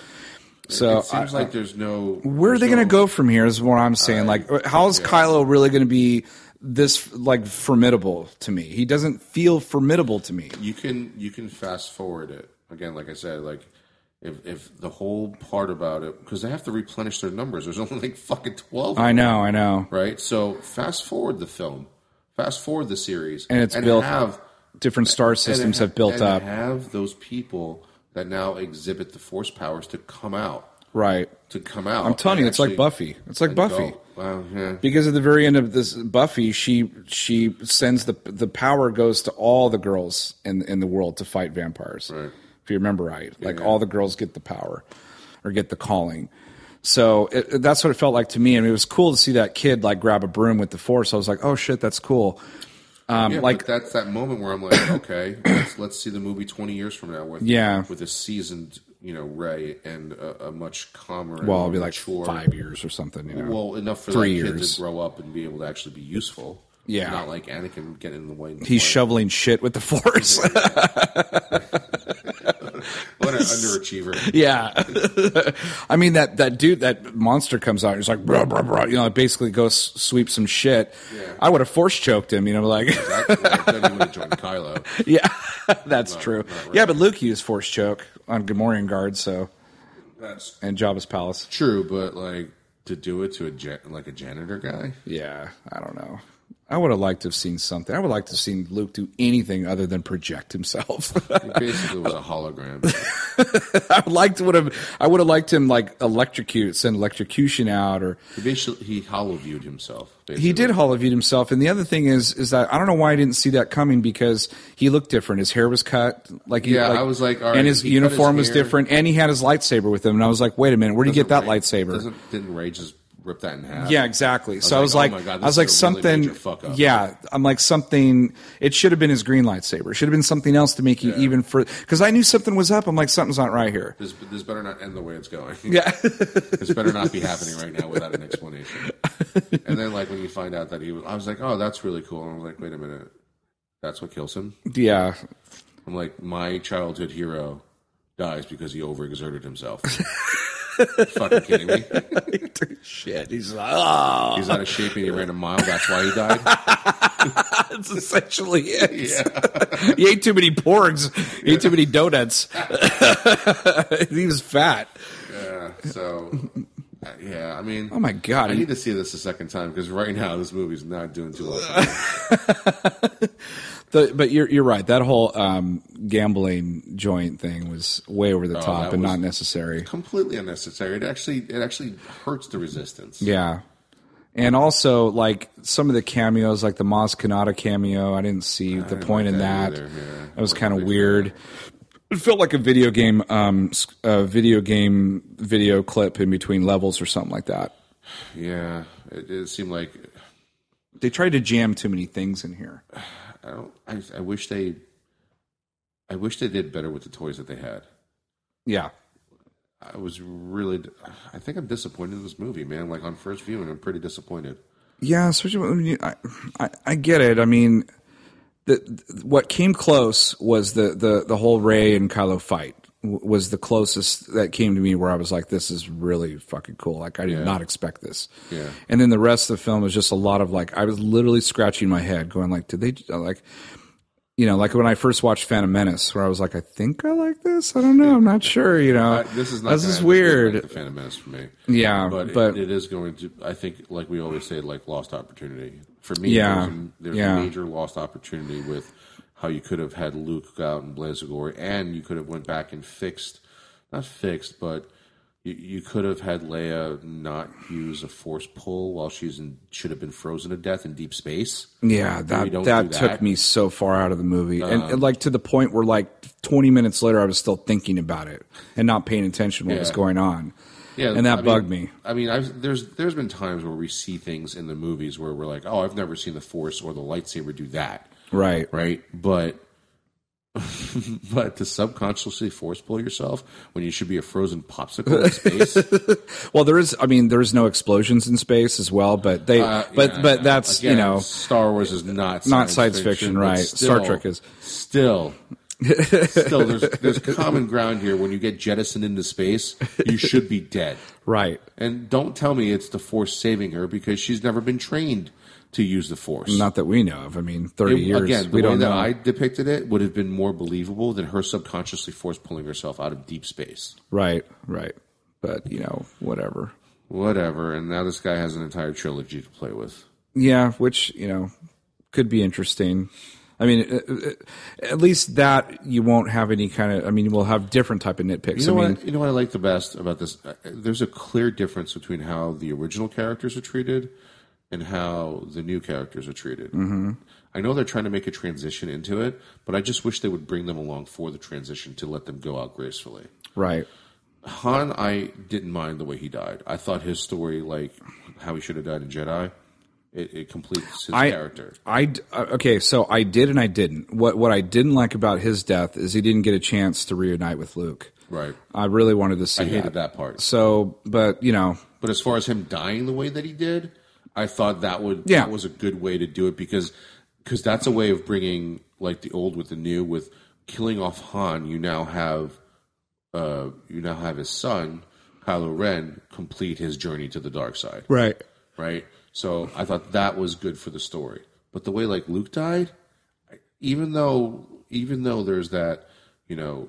S1: So
S2: it seems like there's no.
S1: Uh, where are they going to go from here? Is what I'm saying. like, uh, how is Kylo really going to be this like formidable to me? He doesn't feel formidable to me.
S2: you can you can fast forward it again like i said like if if the whole part about it because they have to replenish their numbers there's only like fucking 12
S1: I know, I know.
S2: right so fast forward the film fast forward the series
S1: And it's built-
S2: have
S1: different star
S2: and
S1: systems
S2: ha-
S1: have built
S2: and
S1: up.
S2: have those people that now exhibit the force powers to come out
S1: Right.
S2: to come out
S1: I'm telling you,
S2: and
S1: it's like
S2: actually-
S1: Buffy. It's like
S2: and
S1: Buffy.
S2: go. wow yeah
S1: Because at the very end of this Buffy, she she sends the the power goes to all the girls in in the world to fight vampires.
S2: Right.
S1: If you remember right, like all the girls get the power or get the calling. So it, it- that's what it felt like to me. I mean, it was cool to see that kid like grab a broom with the force. I was like, oh shit, that's cool.
S2: yeah,
S1: Um, like-
S2: but that's that moment where I'm like, okay, let's, let's see the movie 20 years from now with
S1: Yeah.
S2: with a seasoned you know Ray and a, a much calmer. and
S1: Well,
S2: more
S1: it'll be like
S2: mature-
S1: five years or something. You know.
S2: Well, enough for
S1: Three
S2: that kid
S1: years.
S2: to grow up and be able to actually be useful.
S1: Yeah.
S2: not like Anakin getting in the way. and
S1: He's
S2: like,
S1: shoveling shit with the force.
S2: what an underachiever.
S1: Yeah. I mean that that dude that monster comes out. He's like bruh, bruh, bruh, you know, basically go s- sweep some shit. I would have force choked him. You know, like
S2: Exactly. then he would have joined Kylo.
S1: yeah, that's true. Yeah, but Luke used force choke on Gamorrean guard. So
S2: That's
S1: and Jabba's palace.
S2: true, but like to do it to a ja- like a janitor guy.
S1: Yeah, I don't know. I would have liked to have seen something. I would like to have seen Luke do anything other than project himself.
S2: He basically was a hologram.
S1: I would liked would have. I would have liked him like electrocute, send electrocution out, or
S2: He basically he hollow viewed himself. Basically.
S1: He did hollow viewed himself, and the other thing is, is that I don't know why I didn't see that coming because he looked different. His hair was cut, like he-
S2: Yeah, I was like, all right,
S1: and his
S2: he cut his
S1: uniform was
S2: hair.
S1: different, and he had his lightsaber with him, and I was like, wait a minute, where do you get that
S2: Ray-
S1: lightsaber?
S2: Doesn't, didn't Ray just rip that in half?
S1: Yeah, exactly. so I was
S2: like,
S1: like,
S2: oh my God, this
S1: I was like
S2: is a really
S1: something.
S2: major fuck up.
S1: yeah, I'm like something. It should have been his green lightsaber. It should have been something else to make you even for because I knew something was up. I'm like, something's not right here.
S2: This, this better not end the way it's going.
S1: Yeah,
S2: this better not be happening right now without an explanation. and then, like, when you find out that he was, I was like, oh, that's really cool. And I'm like, wait a minute. That's what kills him?
S1: yeah.
S2: I'm like, my childhood hero dies because he overexerted himself. fucking kidding me?
S1: Shit, he's like, oh,
S2: He's out of shape and he ran a mile. That's why he died.
S1: that's essentially it. he ate too many porgs. He ate too many donuts. he was fat.
S2: Yeah. So, uh, yeah, I mean.
S1: Oh my god!
S2: I need to see this a second time because right now this movie's not doing too well. for me.
S1: The- but you're you're right. That whole um, gambling joint thing was way over the top
S2: Oh, that
S1: and
S2: was-
S1: not necessary.
S2: Completely unnecessary. It actually it actually hurts the resistance.
S1: Yeah. And also, like some of the cameos, like the Maz Kanata cameo, I didn't see the point in
S2: that
S1: that.
S2: either, yeah.
S1: That was kind of weird. It felt like a video game, um, a video game video clip in between levels or something like that.
S2: Yeah, it, it seemed like
S1: They tried to jam too many things in here.
S2: I don't. I, I wish they. I wish they did better with the toys that they had.
S1: Yeah,
S2: I was really. I think I'm disappointed in this movie, man. Like on first viewing, I'm pretty disappointed.
S1: yeah. Especially when you, I, I, I get it. I mean, the, the- what came close was the the the whole Ray and Kylo fight w- was the closest that came to me where I was like, this is really fucking cool. Like I did not expect this.
S2: Yeah.
S1: And then the rest of the film was just a lot of like I was literally scratching my head, going like, did they uh, like. You know, like when I first watched Phantom Menace, where I was like, I think I like this. I don't know. I'm not sure. You know,
S2: I, this is not.
S1: this is
S2: gonna end up being like
S1: weird.
S2: The Phantom Menace for me.
S1: Yeah,
S2: but,
S1: but-
S2: it, it is going to. I think, like we always say, like lost opportunity for me.
S1: Yeah,
S2: there's, a, there's
S1: yeah.
S2: a major lost opportunity with how you could have had Luke go out and Blazagor, and you could have went back and fixed, not fixed, but. You, you could have had Leia not use a force pull while she's in, should have been frozen to death in deep space.
S1: Yeah, that
S2: don't
S1: that,
S2: do
S1: took
S2: that. um,
S1: me so far out of the movie, and, and, like to the point where like 20 minutes later, I was still thinking about it and not paying attention to what was
S2: Yeah.
S1: going on.
S2: Yeah,
S1: And that
S2: mean-
S1: bugged me.
S2: I mean, I've, there's there's been times where we see things in the movies where we're like, oh, I've never seen the Force or the lightsaber do that,
S1: Right.
S2: right? But but to subconsciously force pull yourself when you should be a frozen popsicle in space,
S1: Well, there is. I mean, there is no explosions in space as well, but they. but
S2: Uh, Yeah,
S1: but that's
S2: again,
S1: you know
S2: Star Wars is not
S1: Not science fiction,
S2: but
S1: right. Star
S2: still-
S1: Trek is.
S2: still. still, there's there's common ground here. When you get jettisoned into space, you should be dead.
S1: right.
S2: And don't tell me it's the force saving her because she's never been trained to use the force.
S1: Not that we know of. I mean, 30 years.
S2: Again, the
S1: we
S2: way
S1: don't
S2: that
S1: know.
S2: I depicted it would have been more believable than her subconsciously force pulling herself out of deep space.
S1: right. Right. But you know, whatever.
S2: Whatever. And now this guy has an entire trilogy to play with.
S1: Yeah, which you know could be interesting. I mean, uh, uh, at least that you won't have any kind of. I mean, we'll have different type of nitpicks.
S2: You know,
S1: I mean,
S2: what, you know what I like the best about this? Uh, There's a clear difference between how the original characters are treated and how the new characters are treated. Mm-hmm. I know they're trying to make a transition into it, but I just wish they would bring them along for the transition to let them go out gracefully.
S1: right?
S2: Han, I didn't mind the way he died. I thought his story, like how he should have died in Jedi, it, it completes his
S1: I-
S2: character.
S1: I d- uh, okay, so I did and I didn't. What what I didn't like about his death is he didn't get a chance to reunite with Luke.
S2: Right.
S1: I really wanted to see
S2: I hated
S1: that.
S2: that part.
S1: So, but you know,
S2: But as far as him dying the way that he did, I thought that would
S1: Yeah.
S2: that was a good way to do it because because that's a way of bringing like the old with the new with killing off Han. You now have uh, you now have his son Kylo Ren complete his journey to the dark side.
S1: right?
S2: right? So I thought that was good for the story. But the way like Luke died, I- even though even though there's that you know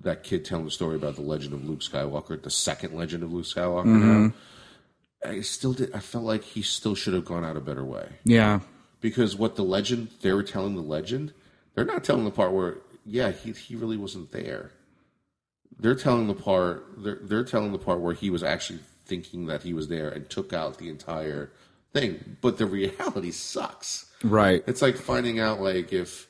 S2: that kid telling the story about the legend of Luke Skywalker, the second legend of Luke Skywalker, now, I still did. I felt like he still should have gone out a better way
S1: Yeah,
S2: because what the legend they were telling the legend, they're not telling the part where yeah he he really wasn't there. They're telling the part they're they're telling the part where he was actually thinking that he was there and took out the entire thing, but the reality sucks.
S1: right.
S2: It's like finding out like if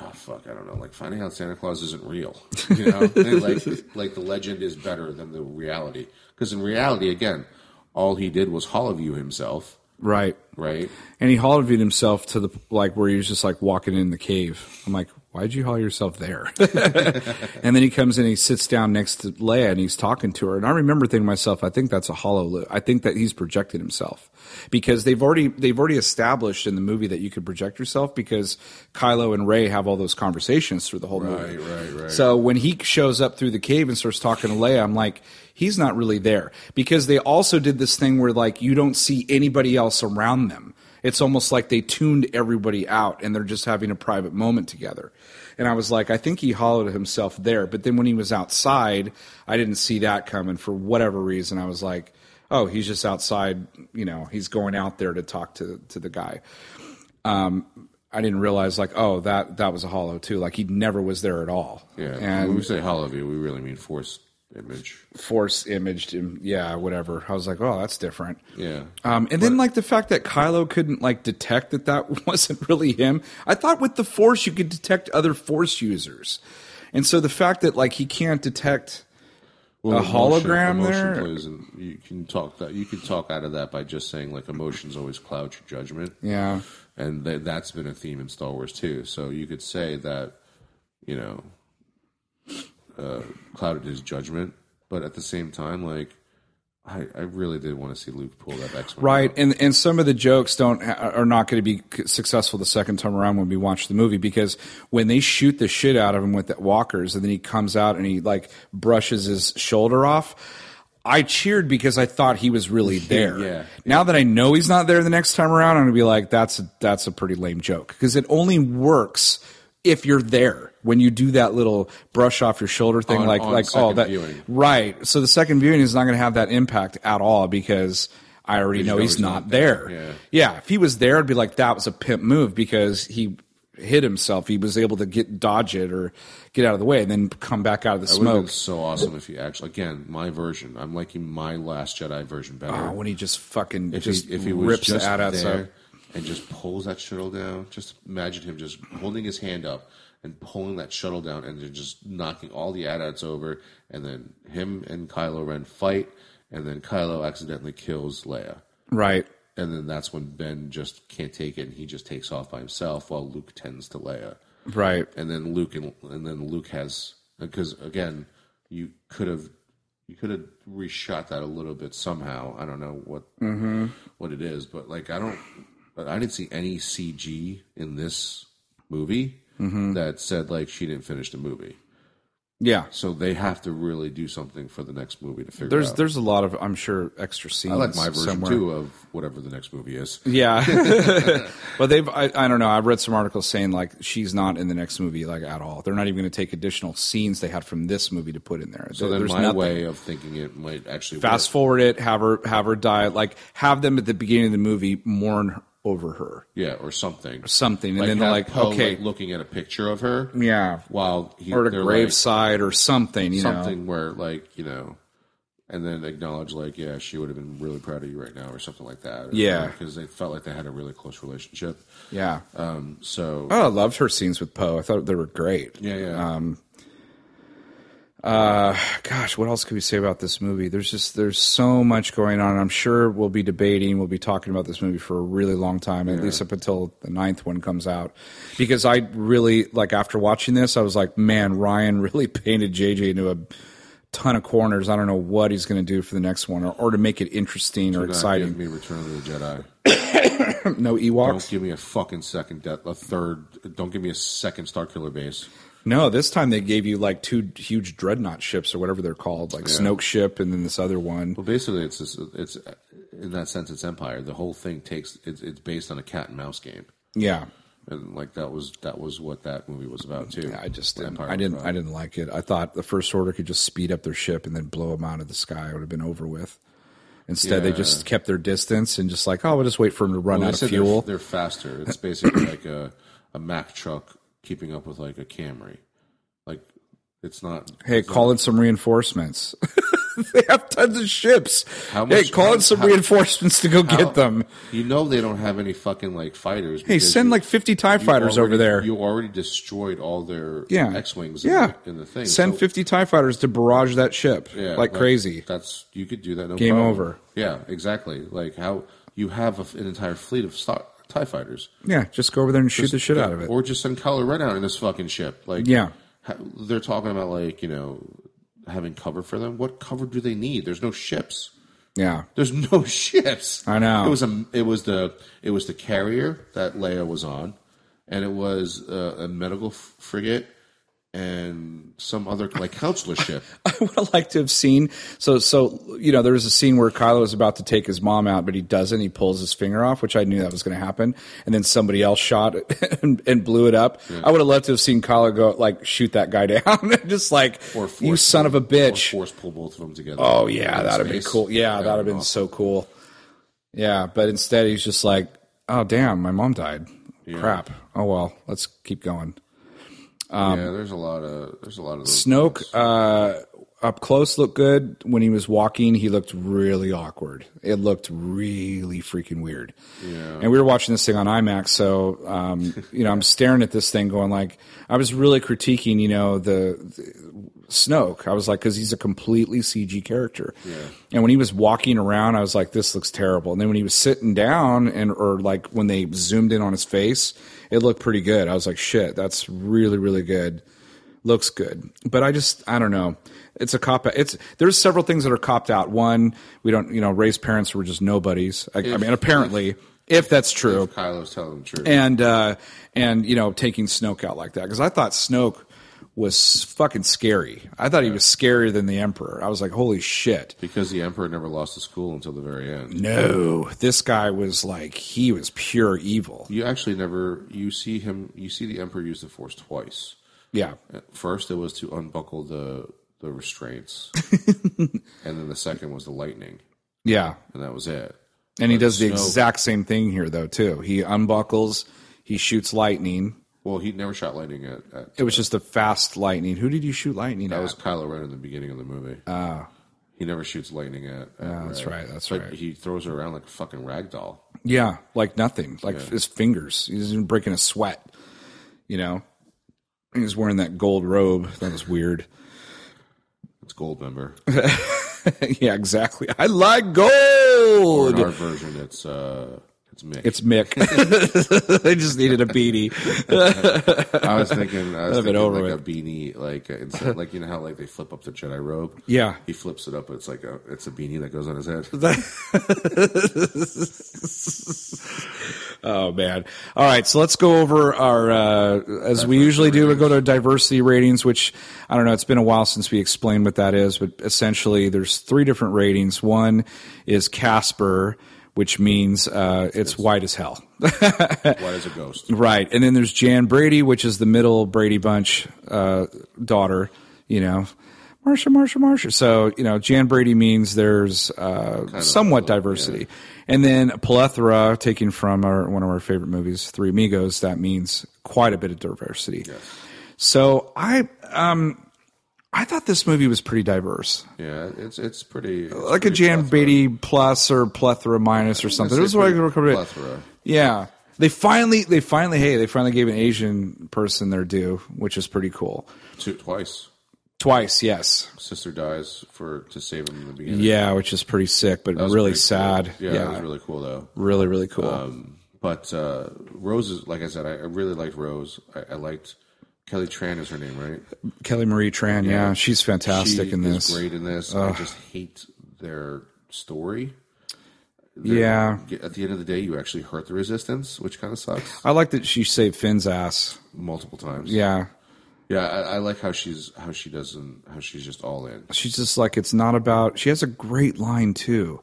S2: oh fuck I don't know like finding out Santa Claus isn't real, you know, And, like like the legend is better than the reality because in reality again all he did was hollow view himself,
S1: Right.
S2: right?
S1: And he hollow viewed himself to the like where he was just like walking in the cave. I'm like, why'd you haul yourself there? and then he comes in, and he sits down next to Leia, and he's talking to her. And I remember thinking to myself, I think that's a hollow loop. I think that he's projecting himself because they've already they've already established in the movie that you could project yourself because Kylo and Ray have all those conversations through the whole movie.
S2: Right, right, right.
S1: So Uh, when he shows up through the cave and starts talking to Leia, I'm like, he's not really there because they also did this thing where like you don't see anybody else around them. It's almost like they tuned everybody out and they're just having a private moment together. And I was like, I think he hollowed himself there. But then when he was outside, I didn't see that coming for whatever reason. I was like, oh, he's just outside, you know, he's going out there to talk to, to the guy. I didn't realize like, oh, that that was a hollow too. Like he never was there at all.
S2: Yeah,
S1: And
S2: when we say hollow view, we really mean force image.
S1: force imaged him. Yeah, whatever. I was like, oh, that's different.
S2: Yeah,
S1: Um, and then like the fact that Kylo couldn't like detect that that wasn't really him. I thought with the Force you could detect other Force users. And so the fact that like he can't detect
S2: Well,
S1: a hologram
S2: emotion
S1: there?
S2: plays in- you can talk that you can talk out of that by just saying like emotions always cloud your judgment,
S1: yeah.
S2: and th- that's been a theme in Star Wars too. So you could say that you know uh, clouded his judgment, but at the same time, like I, I really did want to see Luke pull that X
S1: Right, and and some of the jokes don't are not going to be c- successful the second time around when we watch the movie because when they shoot the shit out of him with the walkers and then he comes out and he like brushes his shoulder off. I cheered because I thought he was really there.
S2: yeah.
S1: Now that I know he's not there the next time around, I'm gonna be like, that's a, that's a pretty lame joke because it only works if you're there when you do that little brush off your shoulder thing,
S2: On-
S1: like
S2: on
S1: like oh
S2: second
S1: that
S2: viewing.
S1: Right. So the second viewing is not going to have that impact at all because I already know
S2: know
S1: he's,
S2: he's
S1: not,
S2: not
S1: there.
S2: there. Yeah.
S1: Yeah. If he was there, I'd be like, that was a pimp move because he hit himself. He was able to get dodge it or get out of the way and then come back out of the
S2: It would have been
S1: smoke.
S2: so awesome if he actually again my version. I'm liking my Last Jedi version better.
S1: Oh, when he just fucking
S2: if
S1: just
S2: he, if he was
S1: rips
S2: just
S1: the ad
S2: there
S1: out.
S2: and just pulls that shuttle down, just imagine him just holding his hand up and pulling that shuttle down and then just knocking all the adats over, and then him and Kylo Ren fight, and then Kylo accidentally kills Leia.
S1: Right.
S2: And then that's when Ben just can't take it, and he just takes off by himself while Luke tends to Leia.
S1: Right.
S2: And then Luke and, and then Luke has because again, you could have you could have reshot that a little bit somehow. I don't know what
S1: Mm-hmm.
S2: what it is, but like I don't, but I didn't see any CG in this movie
S1: Mm-hmm.
S2: that said like she didn't finish the movie.
S1: Yeah.
S2: So they have to really do something for the next movie to figure
S1: There's
S2: out.
S1: there's a lot of I'm sure extra scenes.
S2: I like my version
S1: somewhere.
S2: too of whatever the next movie is.
S1: Yeah. but they've, I, I don't know. I've read some articles saying like she's not in the next movie like at all. They're not even going to take additional scenes they had from this movie to put in there.
S2: So then
S1: There's
S2: my
S1: nothing.
S2: way of thinking it might actually
S1: Fast
S2: work.
S1: forward it, have her, have her die, like have them at the beginning of the movie mourn over her,
S2: yeah, or something.
S1: something. And
S2: Like
S1: then they're
S2: have
S1: like,
S2: Poe,
S1: okay,
S2: like, looking at a picture of her.
S1: yeah.
S2: While he,
S1: Or at a
S2: they're, like,
S1: graveside or something, you know.
S2: something where like you know and then acknowledge like yeah she would have been really proud of you right now or something like that
S1: Yeah.
S2: because they felt like they had a really close relationship
S1: Yeah.
S2: um so
S1: Oh, um, I loved her scenes with Poe. I thought they were great.
S2: yeah yeah
S1: gosh, what else could we say about this movie? There's just there's so much going on. I'm sure we'll be debating, we'll be talking about this movie for a really long time, at least up until the ninth one comes out. Because I really like after watching this, I was like, man, Ryan really painted JJ into a ton of corners. I don't know what he's going to do for the next one, or, or to make it interesting or
S2: Not
S1: exciting.
S2: give me return of the jedi
S1: no Ewoks.
S2: don't give me a fucking second death a third don't give me a second star killer base
S1: No, this time they gave you like two huge dreadnought ships or whatever they're called, like Snoke ship and then this other one.
S2: well basically it's this, it's in that sense it's empire the whole thing takes it's, it's based on a cat and mouse game
S1: Yeah.
S2: and like that was that was what that movie was about too
S1: I just didn't.
S2: Empire
S1: I
S2: was
S1: didn't.
S2: about.
S1: I didn't like it. I thought the first order could just speed up their ship and then blow them out of the sky. It would have been over with. Instead, they just kept their distance and just like, oh, we'll just wait for them to run
S2: Well,
S1: out
S2: they
S1: of
S2: said they're-
S1: fuel.
S2: They're, faster. It's basically like a, a Mack truck keeping up with like a Camry. Like it's not.
S1: hey, call in some reinforcements. they have tons of ships.
S2: How
S1: hey,
S2: much-
S1: call
S2: how-
S1: in some
S2: how-
S1: reinforcements to go get them.
S2: You know they don't have any fucking like fighters.
S1: Hey, send like fifty Tie fighters over there.
S2: You already destroyed all their
S1: Yeah.
S2: X wings.
S1: Yeah.
S2: in, the thing.
S1: Send
S2: So,
S1: fifty Tie fighters to barrage that ship
S2: yeah,
S1: like, crazy.
S2: That's you could do that. No
S1: Game
S2: problem.
S1: over.
S2: Yeah, exactly. Like how you have a, an entire fleet of star, Tie E fighters.
S1: Yeah, just go over there and shoot the shit out of it.
S2: Or just send Kylo Ren out in his fucking ship. Like,
S1: Yeah.
S2: ha- they're talking about like you know having cover for them. What cover do they need? There's no ships.
S1: yeah,
S2: There's no ships.
S1: I know.
S2: It was a. It was the. It was the carrier that Leia was on, and it was uh, a medical f- frigate and some other like counselor ship.
S1: I would have liked to have seen. So, so you know, there was a scene where Kylo is about to take his mom out, but he doesn't. He pulls his finger off, which I knew that was going to happen. And then somebody else shot it and, and blew it up. I would have loved to have seen Kylo go like shoot that guy down, just like you
S2: force
S1: son of a
S2: pull-
S1: bitch.
S2: Or force pull both of them together.
S1: Oh yeah,
S2: in
S1: that'd have been
S2: space.
S1: cool. Yeah, that'd have been so cool. Yeah, but instead he's just like, oh damn, my mom died. Crap. Oh well, let's keep going.
S2: Um, yeah, there's a lot of there's a lot of those.
S1: Snoke, uh, up close looked good. When he was walking, he looked really awkward. It looked really freaking weird. Yeah. And we were watching this thing on IMAX, so um, you know I'm staring at this thing, going like, I was really critiquing, you know, the, the Snoke. I was like, because he's a completely CG character. Yeah. And when he was walking around, I was like, this looks terrible. And then when he was sitting down, and or like when they zoomed in on his face, it looked pretty good. I was like, shit, that's really really good looks good. But I just I don't know. It's a cop out. It's there's several things that are copped out. One, we don't you know raised parents were just nobodies. I, I mean, apparently. If, if that's true,
S2: if Kylo's telling the truth,
S1: and uh, and you know taking Snoke out like that because I thought Snoke was fucking scary. I thought he was scarier than the Emperor. I was like, holy shit!
S2: Because the Emperor never lost his cool until the very end.
S1: No, this guy was like he was pure evil.
S2: You actually never you see him. You see the Emperor use the Force twice.
S1: Yeah.
S2: First, it was to unbuckle the the restraints, and then the second was the lightning.
S1: Yeah,
S2: and that was it.
S1: And but he does the Snoke, exact same thing here, though. Too, he unbuckles, he shoots lightning.
S2: Well, he never shot lightning at. at
S1: it was just a fast lightning. Who did you shoot lightning
S2: that
S1: at?
S2: was Kylo Ren in the beginning of the movie.
S1: Ah. Uh,
S2: he never shoots lightning at. at
S1: no, that's right. That's
S2: but
S1: right.
S2: He throws her around like a fucking rag doll.
S1: Yeah, like nothing. Like yeah. his fingers. He's even breaking a sweat. You know, he was wearing that gold robe. That was weird.
S2: It's gold member.
S1: yeah, exactly. I like gold.
S2: Or our version, it's uh, it's Mick.
S1: It's Mick. they just needed a beanie.
S2: I was thinking, I was thinking over like it. a beanie, like uh, instead, like you know how like they flip up the Jedi robe.
S1: Yeah,
S2: he flips it up. It's like a, it's a beanie that goes on his head.
S1: Oh man! All right, so let's go over our uh, as we usually do. We go to diversity ratings, which I don't know. It's been a while since we explained what that is, but essentially, there's three different ratings. One is Casper, which means uh, it's white as hell,
S2: white as a ghost,
S1: right? And then there's Jan Brady, which is the middle Brady bunch uh, daughter. You know, Marsha, Marsha, Marsha. So, you know, Jan Brady means there's uh, somewhat little, diversity. Yeah. And then plethora, taken from our, one of our favorite movies, Three Amigos, that means quite a bit of diversity.
S2: Yes.
S1: So I um, I thought this movie was pretty diverse.
S2: Yeah, it's it's pretty it's
S1: like
S2: pretty
S1: a Jan plethora. Brady plus or plethora minus or something. It was like plethora. Yeah. They finally they finally hey, they finally gave an Asian person their due, which is pretty cool.
S2: Two twice.
S1: Twice, yes.
S2: Sister dies for to save him in the beginning.
S1: Yeah, which is pretty sick, but really sad.
S2: Cool. Yeah, yeah, that was really cool though.
S1: Really, really cool.
S2: Um, but uh, Rose is like I said, I, I really liked Rose. I, I, liked Kelly Tran is her name, right?
S1: Kelly Marie Tran. Yeah, yeah she's fantastic she in this.
S2: great in this. Ugh. I just hate their story.
S1: They're, yeah.
S2: At the end of the day, you actually hurt the resistance, which kind of sucks.
S1: I like that she saved Finn's ass
S2: multiple times.
S1: Yeah.
S2: Yeah, I, I, like how she's how she doesn't how she's just all in.
S1: She's just like it's not about. She has a great line too.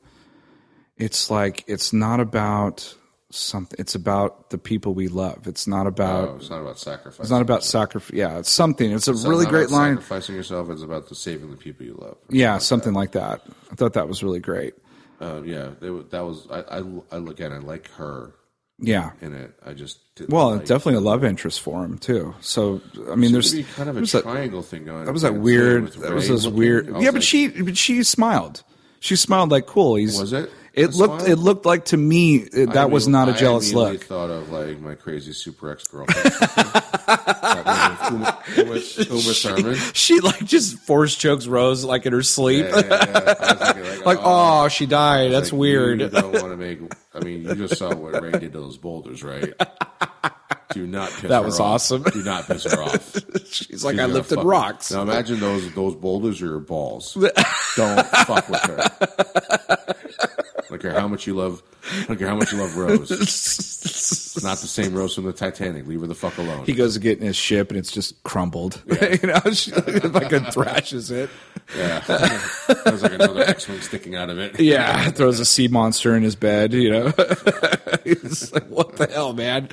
S1: It's like it's not about something. It's about the people we love. It's not about.
S2: No, it's not about sacrifice.
S1: It's not about sacrifice. Yeah, it's something. It's a it's really great line.
S2: Sacrificing yourself is about the saving the people you love.
S1: Yeah, like something that. like that. I thought that was really great.
S2: Uh, yeah, they, that was. I, I I look at. It, I like her
S1: yeah
S2: in it i just
S1: well like definitely it. a love interest for him too so i mean there's
S2: kind of a triangle that, thing going
S1: that was that weird that was this weird yeah but like, she but she smiled she smiled like cool he's
S2: was it
S1: it looked smile? it looked like to me it, that I was not a jealous
S2: I
S1: look
S2: thought of like my crazy super ex girlfriend Uma, Thurman.
S1: She like just force chokes Rose like in her sleep. Yeah, yeah, yeah. Thinking, like, like oh, oh, she died. That's
S2: like,
S1: weird.
S2: You don't want to make. I mean, you just saw what Ray did to those boulders, right? Do not piss
S1: that was
S2: off.
S1: awesome.
S2: Do not piss her off.
S1: She's, She's like, I lifted rocks.
S2: Her. Now imagine those those boulders are your balls. don't fuck with her. I don't care how much you love. I don't care how much you love Rose. it's not the same Rose from the Titanic. Leave her the fuck alone.
S1: He goes to get in his ship and it's just crumbled. Yeah. you know, she fucking thrashes it.
S2: Yeah, there's like another X-wing sticking out of it.
S1: Yeah, throws a sea monster in his bed. You know, he's like, what the hell, man.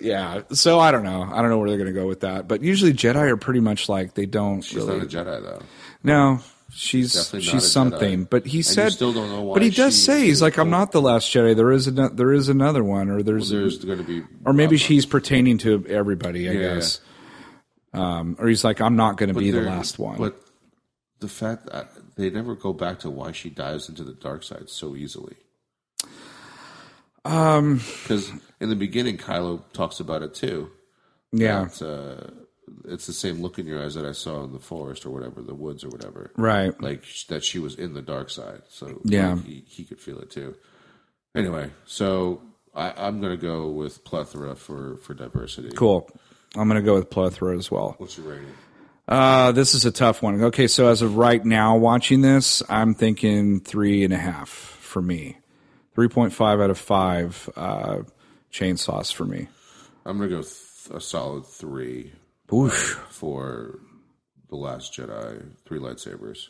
S1: Yeah, so I don't know. I don't know where they're going to go with that. But usually Jedi are pretty much like they don't.
S2: She's
S1: really...
S2: not a Jedi though.
S1: No, she's she's something. Jedi. But he said,
S2: still don't know why
S1: but he does
S2: she,
S1: say he's like, I'm not the last Jedi. There is an, there is another one, or there's,
S2: well, there's going to be,
S1: or maybe he's pertaining to everybody. I yeah, guess, yeah. Um, or he's like, I'm not going to be
S2: there,
S1: the last one.
S2: But the fact that they never go back to why she dives into the dark side so easily.
S1: Um.
S2: Because in the beginning, Kylo talks about it too.
S1: Yeah.
S2: That, uh, it's the same look in your eyes that I saw in the forest or whatever, the woods or whatever.
S1: Right.
S2: Like sh- that she was in the dark side. So
S1: Yeah.
S2: like, he, he could feel it too. Anyway, so I, I'm going to go with plethora for, for diversity.
S1: Cool. I'm gonna go with plethora as well.
S2: What's your rating?
S1: Uh, this is a tough one. Okay, so as of right now, watching this, I'm thinking three and a half for me. Three point five out of five uh, chainsaws for me.
S2: I'm going to go th- a solid three
S1: Oof.
S2: for The Last Jedi, three lightsabers.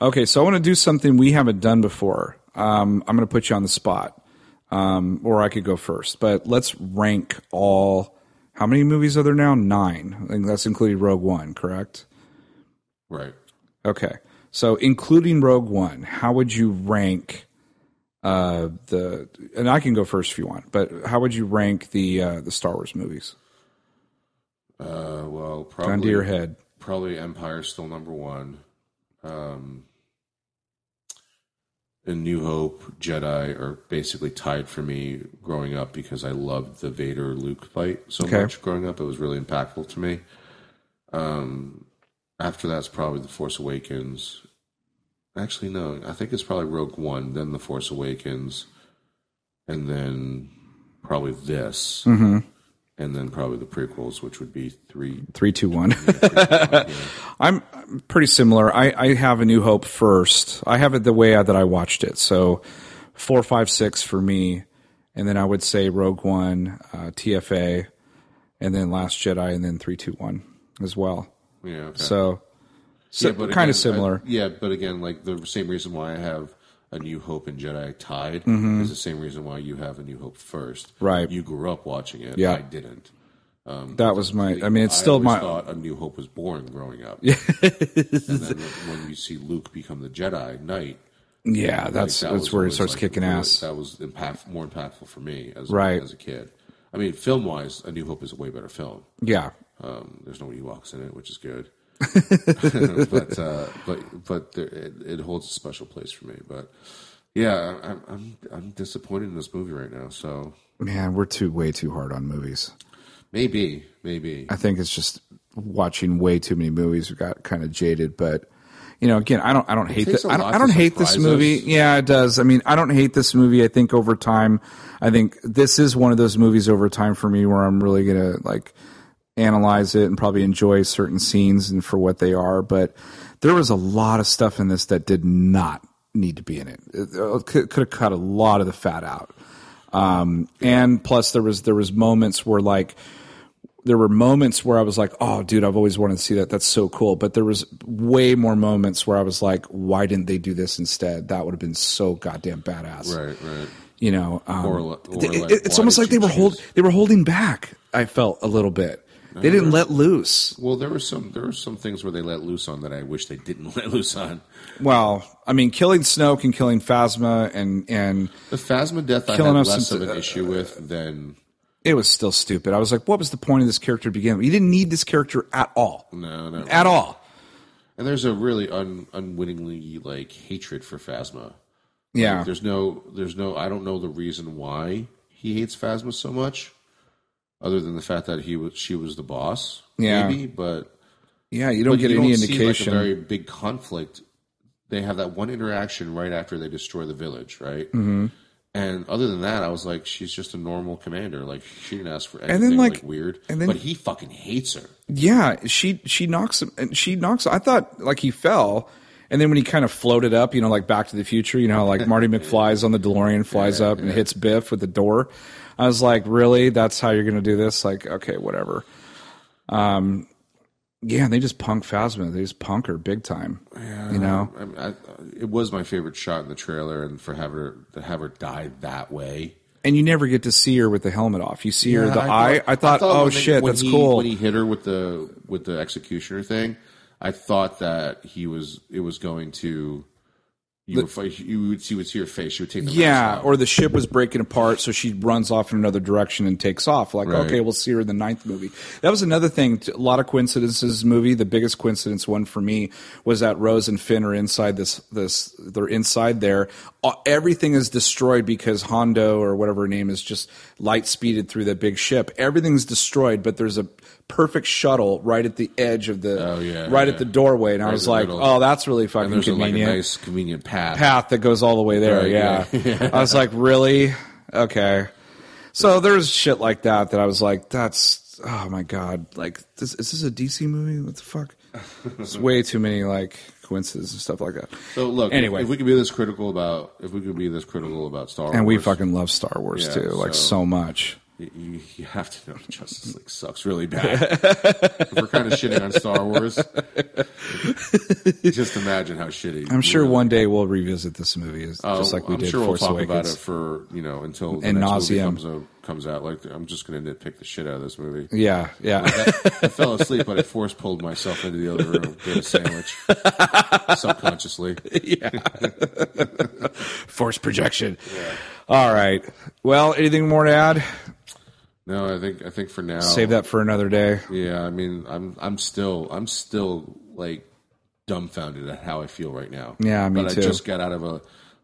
S1: Okay, so I want to do something we haven't done before. Um, I'm going to put you on the spot, um, or I could go first. But let's rank all. How many movies are there now? Nine. I think that's including Rogue One, correct?
S2: Right.
S1: Okay. So including Rogue One, how would you rank uh, the? And I can go first if you want, but how would you rank the uh, the Star Wars movies?
S2: Uh, well,
S1: Gun to your
S2: probably,
S1: head.
S2: probably Empire's still number one. Um, and New Hope, Jedi are basically tied for me growing up because I loved the Vader Luke fight so
S1: Okay.
S2: much growing up. It was really impactful to me. Um, after that's probably The Force Awakens. Actually, no, I think it's probably Rogue One, then The Force Awakens, and then probably this,
S1: Mm-hmm.
S2: and then probably the prequels, which would be three.
S1: Three, two, one.
S2: yeah.
S1: I'm I'm pretty similar. I, I have A New Hope first. I have it the way that I watched it. So four, five, six for me, and then I would say Rogue One, uh, TFA, and then Last Jedi, and then three, two, one as well.
S2: Yeah, okay.
S1: So, so
S2: Yeah, but
S1: kind
S2: again, I-
S1: of similar.
S2: yeah, but again, like the same reason why I have a New Hope and Jedi tied is the same reason why you have a New Hope first.
S1: Mm-hmm. Right.
S2: You grew up watching it.
S1: Yeah.
S2: I didn't.
S1: that was my. I mean, it's still
S2: I always
S1: my.
S2: thought a New Hope was born growing up. Yeah. and then when you see Luke become the Jedi Knight,
S1: yeah, that's
S2: that
S1: that's
S2: was
S1: where he
S2: always,
S1: starts
S2: like,
S1: kicking
S2: really-
S1: ass.
S2: That was impact, more impactful for me as
S1: Right.
S2: as a kid. I mean, film wise, A New Hope is a way better film.
S1: yeah,
S2: Um, there's no Ewoks in it, which is good. but uh, but but there, it, it holds a special place for me. But yeah, I- I'm I'm I'm disappointed in this movie right now. So
S1: man, we're too way too hard on movies.
S2: maybe maybe
S1: I think it's just watching way too many movies. We got kind of jaded, but you know, again, I don't, I don't hate
S2: takes
S1: this.
S2: a
S1: I don't,
S2: lot
S1: I don't
S2: to
S1: hate this
S2: surprise
S1: movie.
S2: us.
S1: Yeah, it does. I mean, I don't hate this movie. I think over time, I think this is one of those movies over time for me where I'm really gonna like analyze it and probably enjoy certain scenes and for what they are. But there was a lot of stuff in this that did not need to be in it. It uh, could have cut a lot of the fat out. Um, and plus there was, there was moments where like, there were moments where I was like, "Oh, dude, I've always wanted to see that. That's so cool." But there was way more moments where I was like, "Why didn't they do this instead? That would have been so goddamn badass."
S2: right right.
S1: You know, um,
S2: Or, li- or
S1: th- it-
S2: like,
S1: it's
S2: why
S1: almost
S2: did
S1: like they
S2: you
S1: were hold
S2: choose-
S1: they were holding back. I felt a little bit. They didn't let loose.
S2: Well, there were some there were some things where they let loose on that I wish they didn't let loose on.
S1: Well, I mean, killing Snoke and killing Phasma and and
S2: The Phasma death I
S1: Killing
S2: had
S1: us
S2: less
S1: into-
S2: of an issue with than
S1: it was still stupid. I was like, "What was the point of this character to begin with? You didn't need this character at all,
S2: no no.
S1: at all."
S2: And there's a really un, unwittingly like hatred for Phasma.
S1: Yeah,
S2: There's no, there's no. I don't know the reason why he hates Phasma so much, other than the fact that he was, she was the boss.
S1: Yeah.
S2: maybe, but
S1: yeah. You don't get
S2: you
S1: any
S2: don't
S1: indication.
S2: See, like, a very big conflict. They have that one interaction right after they destroy the village, right? Mm-hmm. And other than that, I was like, she's just a normal commander. Like she didn't ask for anything.
S1: then,
S2: like,
S1: like-
S2: weird.
S1: and then-
S2: but he fucking hates her.
S1: Yeah, she she knocks him and she knocks I thought like he fell and then when he kind of floated up, you know, like Back to the Future, you know, how, like Marty McFly's on the DeLorean flies up and hits Biff with the door. I was like, really? That's how you're gonna do this? Like, okay, whatever. Um, yeah, and they just punk Phasma. They just punk her big time. You know,
S2: I mean, I, it was my favorite shot in the trailer, and for have her to have her die that way.
S1: and you never get to see her with the helmet off. You see her the eye. I thought, oh
S2: when they-
S1: shit,
S2: when
S1: that's
S2: he-
S1: cool.
S2: When he hit her with the with the executioner thing, I thought that he was it was going to You, would, fi- you would see would see her face. She would take the
S1: Yeah,
S2: mask off.
S1: or the ship was breaking apart, so she runs off in another direction and takes off. Like,
S2: Right.
S1: okay, we'll see her in the ninth movie. That was another thing. t- A lot of coincidences. Movie. The biggest coincidence one for me was that Rose and Finn are inside this. This they're inside there. Uh, Everything is destroyed because Hondo or whatever her name is just light speeded through that big ship. Everything's destroyed, but there's a perfect shuttle right at the edge of the.
S2: Oh, yeah,
S1: right
S2: yeah.
S1: at the doorway, and I
S2: Right
S1: was
S2: in the
S1: like,
S2: middle.
S1: oh, that's really fucking
S2: and there's a, like a
S1: convenient
S2: nice convenient path.
S1: path that goes all the way there.
S2: Right,
S1: yeah. I was like, really? Okay. So there's shit like that that I was like, that's, oh my God. Like, this, is this a DC movie? What the fuck? It's way too many, like, coincidences and stuff like that.
S2: So look,
S1: Anyway.
S2: if we could be this critical about if we could be this critical about Star Wars,
S1: and we fucking love Star Wars
S2: Yeah,
S1: too, like,
S2: so-
S1: so much.
S2: you, you have to know Justice League sucks really bad. if we're kind of shitting on Star Wars, just imagine how shitty.
S1: I'm sure one day we'll revisit this movie, as- just like we
S2: Oh, I'm
S1: did
S2: sure
S1: Force
S2: we'll talk about
S1: Awakens.
S2: it for you know until the
S1: And
S2: next movie
S1: nauseam.
S2: comes out, comes out. Like I'm just going to nitpick the shit out of this movie.
S1: Yeah, yeah.
S2: I fell asleep, but I force pulled myself into the other room, get a sandwich subconsciously.
S1: Force projection. All right. Well, anything more to add?
S2: No, I think I think for now,
S1: Save that for another day.
S2: Yeah, I mean, I'm I'm still I'm still like dumbfounded at how I feel right now.
S1: Yeah, me
S2: but
S1: too.
S2: I just got out of a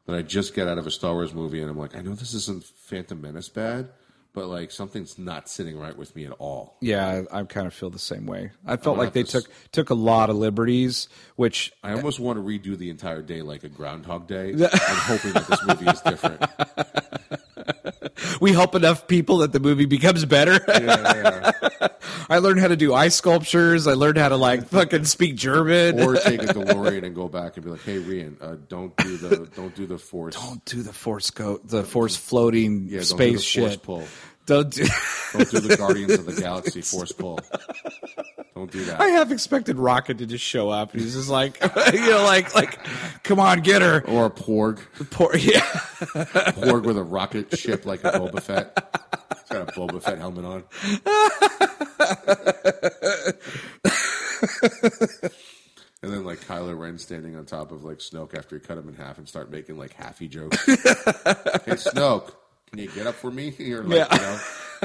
S2: that I just got out of a Star Wars movie, and I'm like, I know this isn't Phantom Menace bad, but like something's not sitting right with me at all.
S1: Yeah, I I kind of feel the same way. I felt like
S2: have
S1: they
S2: to
S1: took took a lot of liberties, which
S2: I almost want to redo the entire day like a Groundhog Day. I'm hoping that this movie is different.
S1: we help enough people that the movie becomes better. I learned how to do ice sculptures. I learned how to like fucking speak German.
S2: Or take a DeLorean and go back and be like, "Hey, Rian, uh, don't do the don't do the force,
S1: don't do the force go the force floating
S2: yeah, don't
S1: space
S2: do the force
S1: shit.
S2: pull,
S1: Don't do.
S2: don't do the Guardians of the Galaxy force pull, don't do that."
S1: I half expected Rocket to just show up. He's just like, you know, like like, come on, get her.
S2: Or a Porg.
S1: Poor, yeah.
S2: Porg with a rocket ship like a Boba Fett. He's got a Boba Fett helmet on. and then like Kylo Ren standing on top of like Snoke after he cut him in half and start making like halfy jokes. hey Snoke, can you get up for me? You're like,
S1: Yeah.
S2: you know,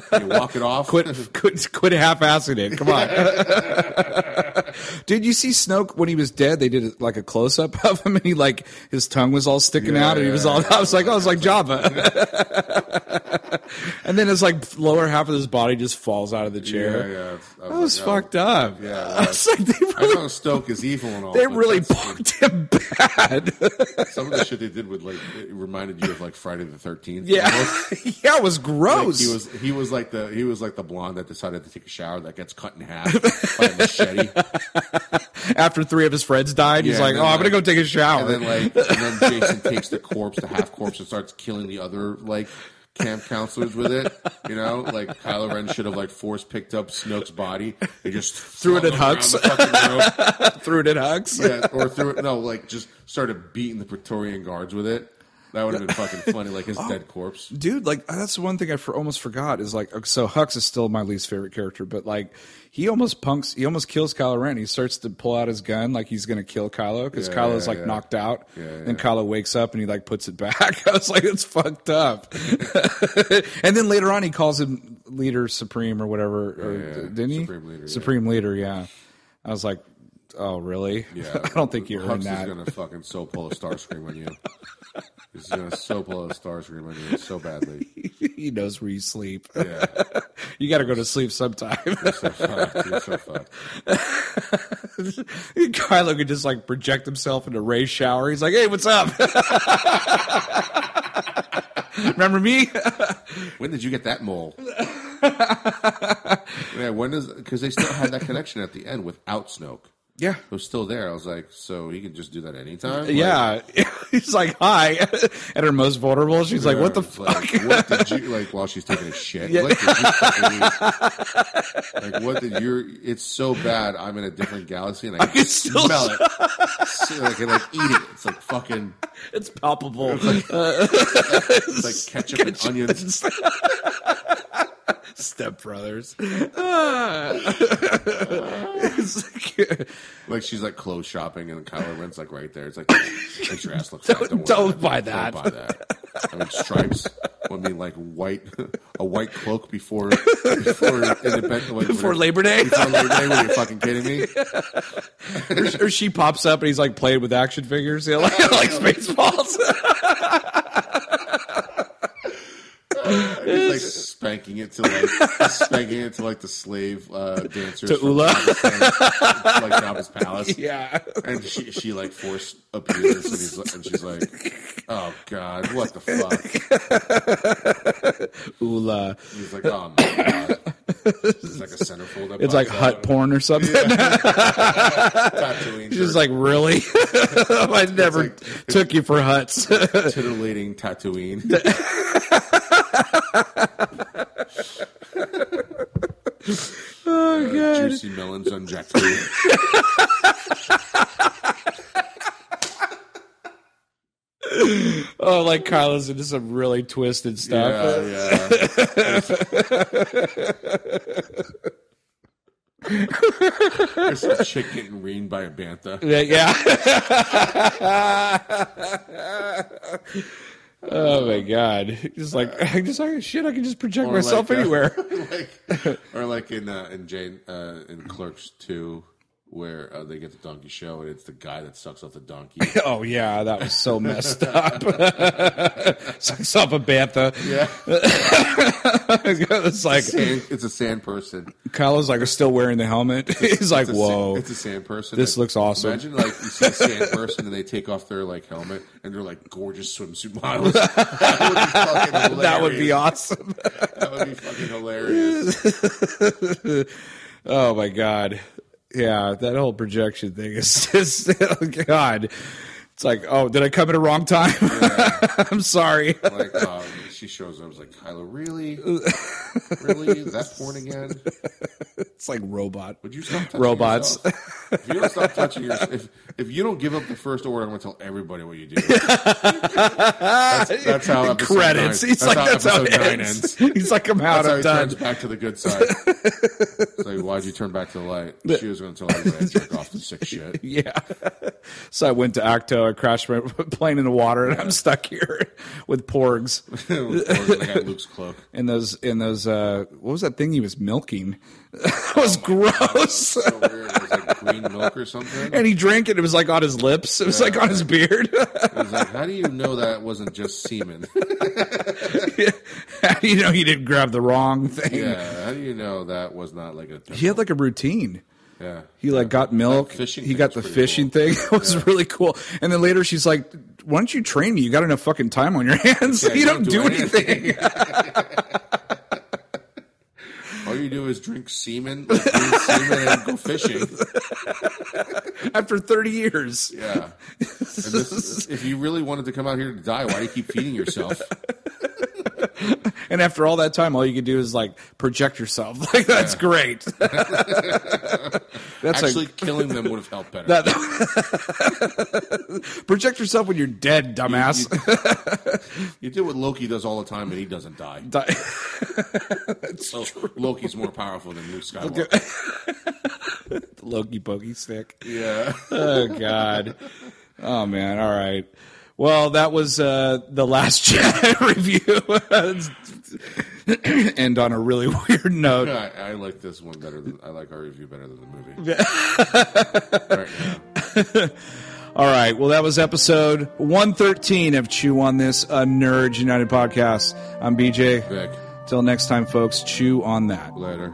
S2: can you walk it off?
S1: quit quit quit half-assing it. Come on. Did you see Snoke when he was dead? They did like a close up of him, and he like his tongue was all sticking
S2: Yeah,
S1: out, and he was
S2: yeah,
S1: all.
S2: yeah.
S1: I was like, oh, it's like Java. and then his like lower half of his body just falls out of the
S2: yeah,
S1: chair.
S2: yeah. I
S1: That was
S2: like,
S1: fucked up.
S2: Yeah, it
S1: I was like, they
S2: I
S1: really,
S2: know Snoke is evil and all.
S1: they
S2: but
S1: really
S2: that's-
S1: punked him bad.
S2: some of the shit they did with like it reminded you of like Friday the Thirteenth.
S1: yeah, yeah, it was
S2: Like,
S1: gross.
S2: he was he was like the he was like the blonde that decided to take a shower that gets cut in half by a machete.
S1: After three of his friends died, he's
S2: Yeah,
S1: like,
S2: and
S1: "Oh,
S2: then,
S1: I'm gonna go
S2: like-
S1: take a shower."
S2: And then like and then Jason takes the corpse, the half corpse, and starts killing the other like camp counselors with it. You know, like Kylo Ren should have like force picked up Snoke's body. They just threw
S1: it at Hux. threw it in hugs.
S2: yeah, or threw it. No, like just started beating the Praetorian guards with it. That would have been fucking funny, like his dead corpse.
S1: dude like that's the one thing i for, almost forgot is like so hux is still my least favorite character but like he almost punks he almost kills kylo ren he starts to pull out his gun like he's gonna kill kylo because
S2: Yeah,
S1: kylo's
S2: yeah,
S1: like
S2: yeah.
S1: knocked out
S2: Yeah, yeah.
S1: and kylo wakes up and he like puts it back i was like it's fucked up and then later on he calls him leader supreme or whatever or,
S2: Yeah, yeah.
S1: didn't he
S2: Supreme Leader, yeah.
S1: supreme leader yeah i was like oh really
S2: Yeah,
S1: i don't think you
S2: Hux
S1: earned that
S2: is gonna fucking so pull a star scream on you. He's gonna so pull a star scream on you so badly.
S1: he knows where you sleep
S2: Yeah,
S1: you gotta go to sleep sometime
S2: you're so fucked. You're so fucked.
S1: Kylo could just like project himself into Ray's shower. He's like, "Hey, what's up? Remember me?"
S2: When did you get that mole? yeah, when does? Because they still had that connection at the end without Snoke.
S1: Yeah,
S2: It was still there. I was like, so he can just do that anytime. Like,
S1: yeah. He's like, "Hi," at her most vulnerable. She's like, "What the
S2: it's
S1: fuck?"
S2: Like, what did you like while she's taking a shit? What did you fucking do? like what did you? It's so bad. I'm in a different galaxy and I,
S1: can still
S2: smell it. So I can like eat it. It's like fucking
S1: It's palpable.
S2: it's like ketchup and onions.
S1: It's Step Brothers. Ah.
S2: It's like, like she's like clothes shopping, and Kylo Ren's like right there. It's like, "Get your ass looks.
S1: Don't- don't buy that."
S2: Don't buy that. I mean, stripes. I mean, like white, a white cloak before before independent, like,
S1: Before
S2: whatever-
S1: Labor Day,
S2: Before Labor Day, were you fucking kidding me?
S1: or she pops up and he's like playing with action figures, you know, like, like Spaceballs.
S2: And he's like spanking it to like spanking it to like the slave uh, dancers
S1: To
S2: from
S1: Ula.
S2: Jabba's palace, like Jabba's palace.
S1: yeah,
S2: And she, she like force appears, and, he's, like- and she's like, "Oh God, what the fuck?"
S1: Oola.
S2: He's like, "Oh my God." It's like a centerfold. that
S1: It's like
S2: pops
S1: hut
S2: out.
S1: porn or something.
S2: Tatooine
S1: She's
S2: shirt.
S1: like, really? I never
S2: like-
S1: took you for huts.
S2: titillating Tatooine.
S1: oh god.
S2: Uh, Juicy melons on Jack Fruit.
S1: Oh, like Kylo's into some really twisted stuff.
S2: Yeah, yeah. There's a chick getting reamed by a bantha.
S1: Yeah. yeah. oh my god! Just like I just like shit. I can just project
S2: Or
S1: myself
S2: like, uh,
S1: anywhere.
S2: like, or like in uh, in Jane uh, in Clerks Two, where uh, they get the donkey show and it's the guy that sucks off the donkey.
S1: oh yeah, that was so messed up. Sucks off a bantha.
S2: Yeah,
S1: it's like
S2: sand, it's a sand person.
S1: Kylo's like still wearing the helmet. He's like,
S2: It's a
S1: whoa.
S2: sand, it's a sand person.
S1: This looks awesome.
S2: Imagine like you see a sand person and they take off their like helmet and they're like gorgeous swimsuit models. that would be fucking
S1: That would be
S2: hilarious.
S1: awesome.
S2: That would be fucking hilarious.
S1: Oh my god. Yeah, that whole projection thing is just oh god. It's like, oh, did I come at a wrong time? I'm sorry.
S2: Like um, she shows up, I was like, Kylo, really, really that porn again?
S1: It's like robot.
S2: Would you stop touching
S1: Robots.
S2: yourself? If you don't stop touching yourself, if, if you don't give up the first order, I'm going to tell everybody what you do. that's, that's how episode
S1: Credits.
S2: Nine,
S1: He's like, that's how it
S2: episode nine
S1: ends. He's like, I'm out.
S2: That's how
S1: I'm
S2: he
S1: done.
S2: turns back to the good side. it's like, why'd you turn back to the light? She was going to tell everybody I jerk off to sick shit.
S1: Yeah. so I went to Acto. I crashed my plane in the water, and I'm stuck here with porgs
S2: I got Luke's cloak.
S1: and those and those. Uh, what was that thing he was milking? that
S2: Oh,
S1: was gross.
S2: So weird. It was like green milk or something.
S1: And he drank it. It was like on his lips. It was like on his beard.
S2: I was like, how do you know that wasn't just semen?
S1: you know, he didn't grab the wrong thing.
S2: yeah. How do you know that was not like a
S1: He had like a routine.
S2: yeah?
S1: He like got milk.
S2: fishing
S1: he
S2: thing
S1: got the
S2: was pretty
S1: fishing thing. It was really cool. And then later she's like, "Why don't you train me? You got enough fucking time on your hands.
S2: Yeah,
S1: you don't, do anything."
S2: All you do is drink semen, like green semen, and go fishing.
S1: After thirty years,
S2: Yeah. And this, if you really wanted to come out here to die, why do you keep feeding yourself?
S1: and after all that time, all you could do is like project yourself. Like that's great. that's
S2: Actually,
S1: like
S2: killing them would have helped better.
S1: that- project yourself when you're dead, dumbass.
S2: you do what Loki does all the time, and he doesn't die.
S1: Di-
S2: So Loki's more powerful than Luke Skywalker.
S1: Loki pokey stick.
S2: Yeah.
S1: oh god oh man all right well that was uh the last Jedi review end on a really weird note
S2: I, I like this one better. Than, I like our review better than the movie. right now.
S1: all right well that was episode 113 of chew on this a nerds united podcast i'm bj
S2: Vic,
S1: till next time folks chew on that
S2: later.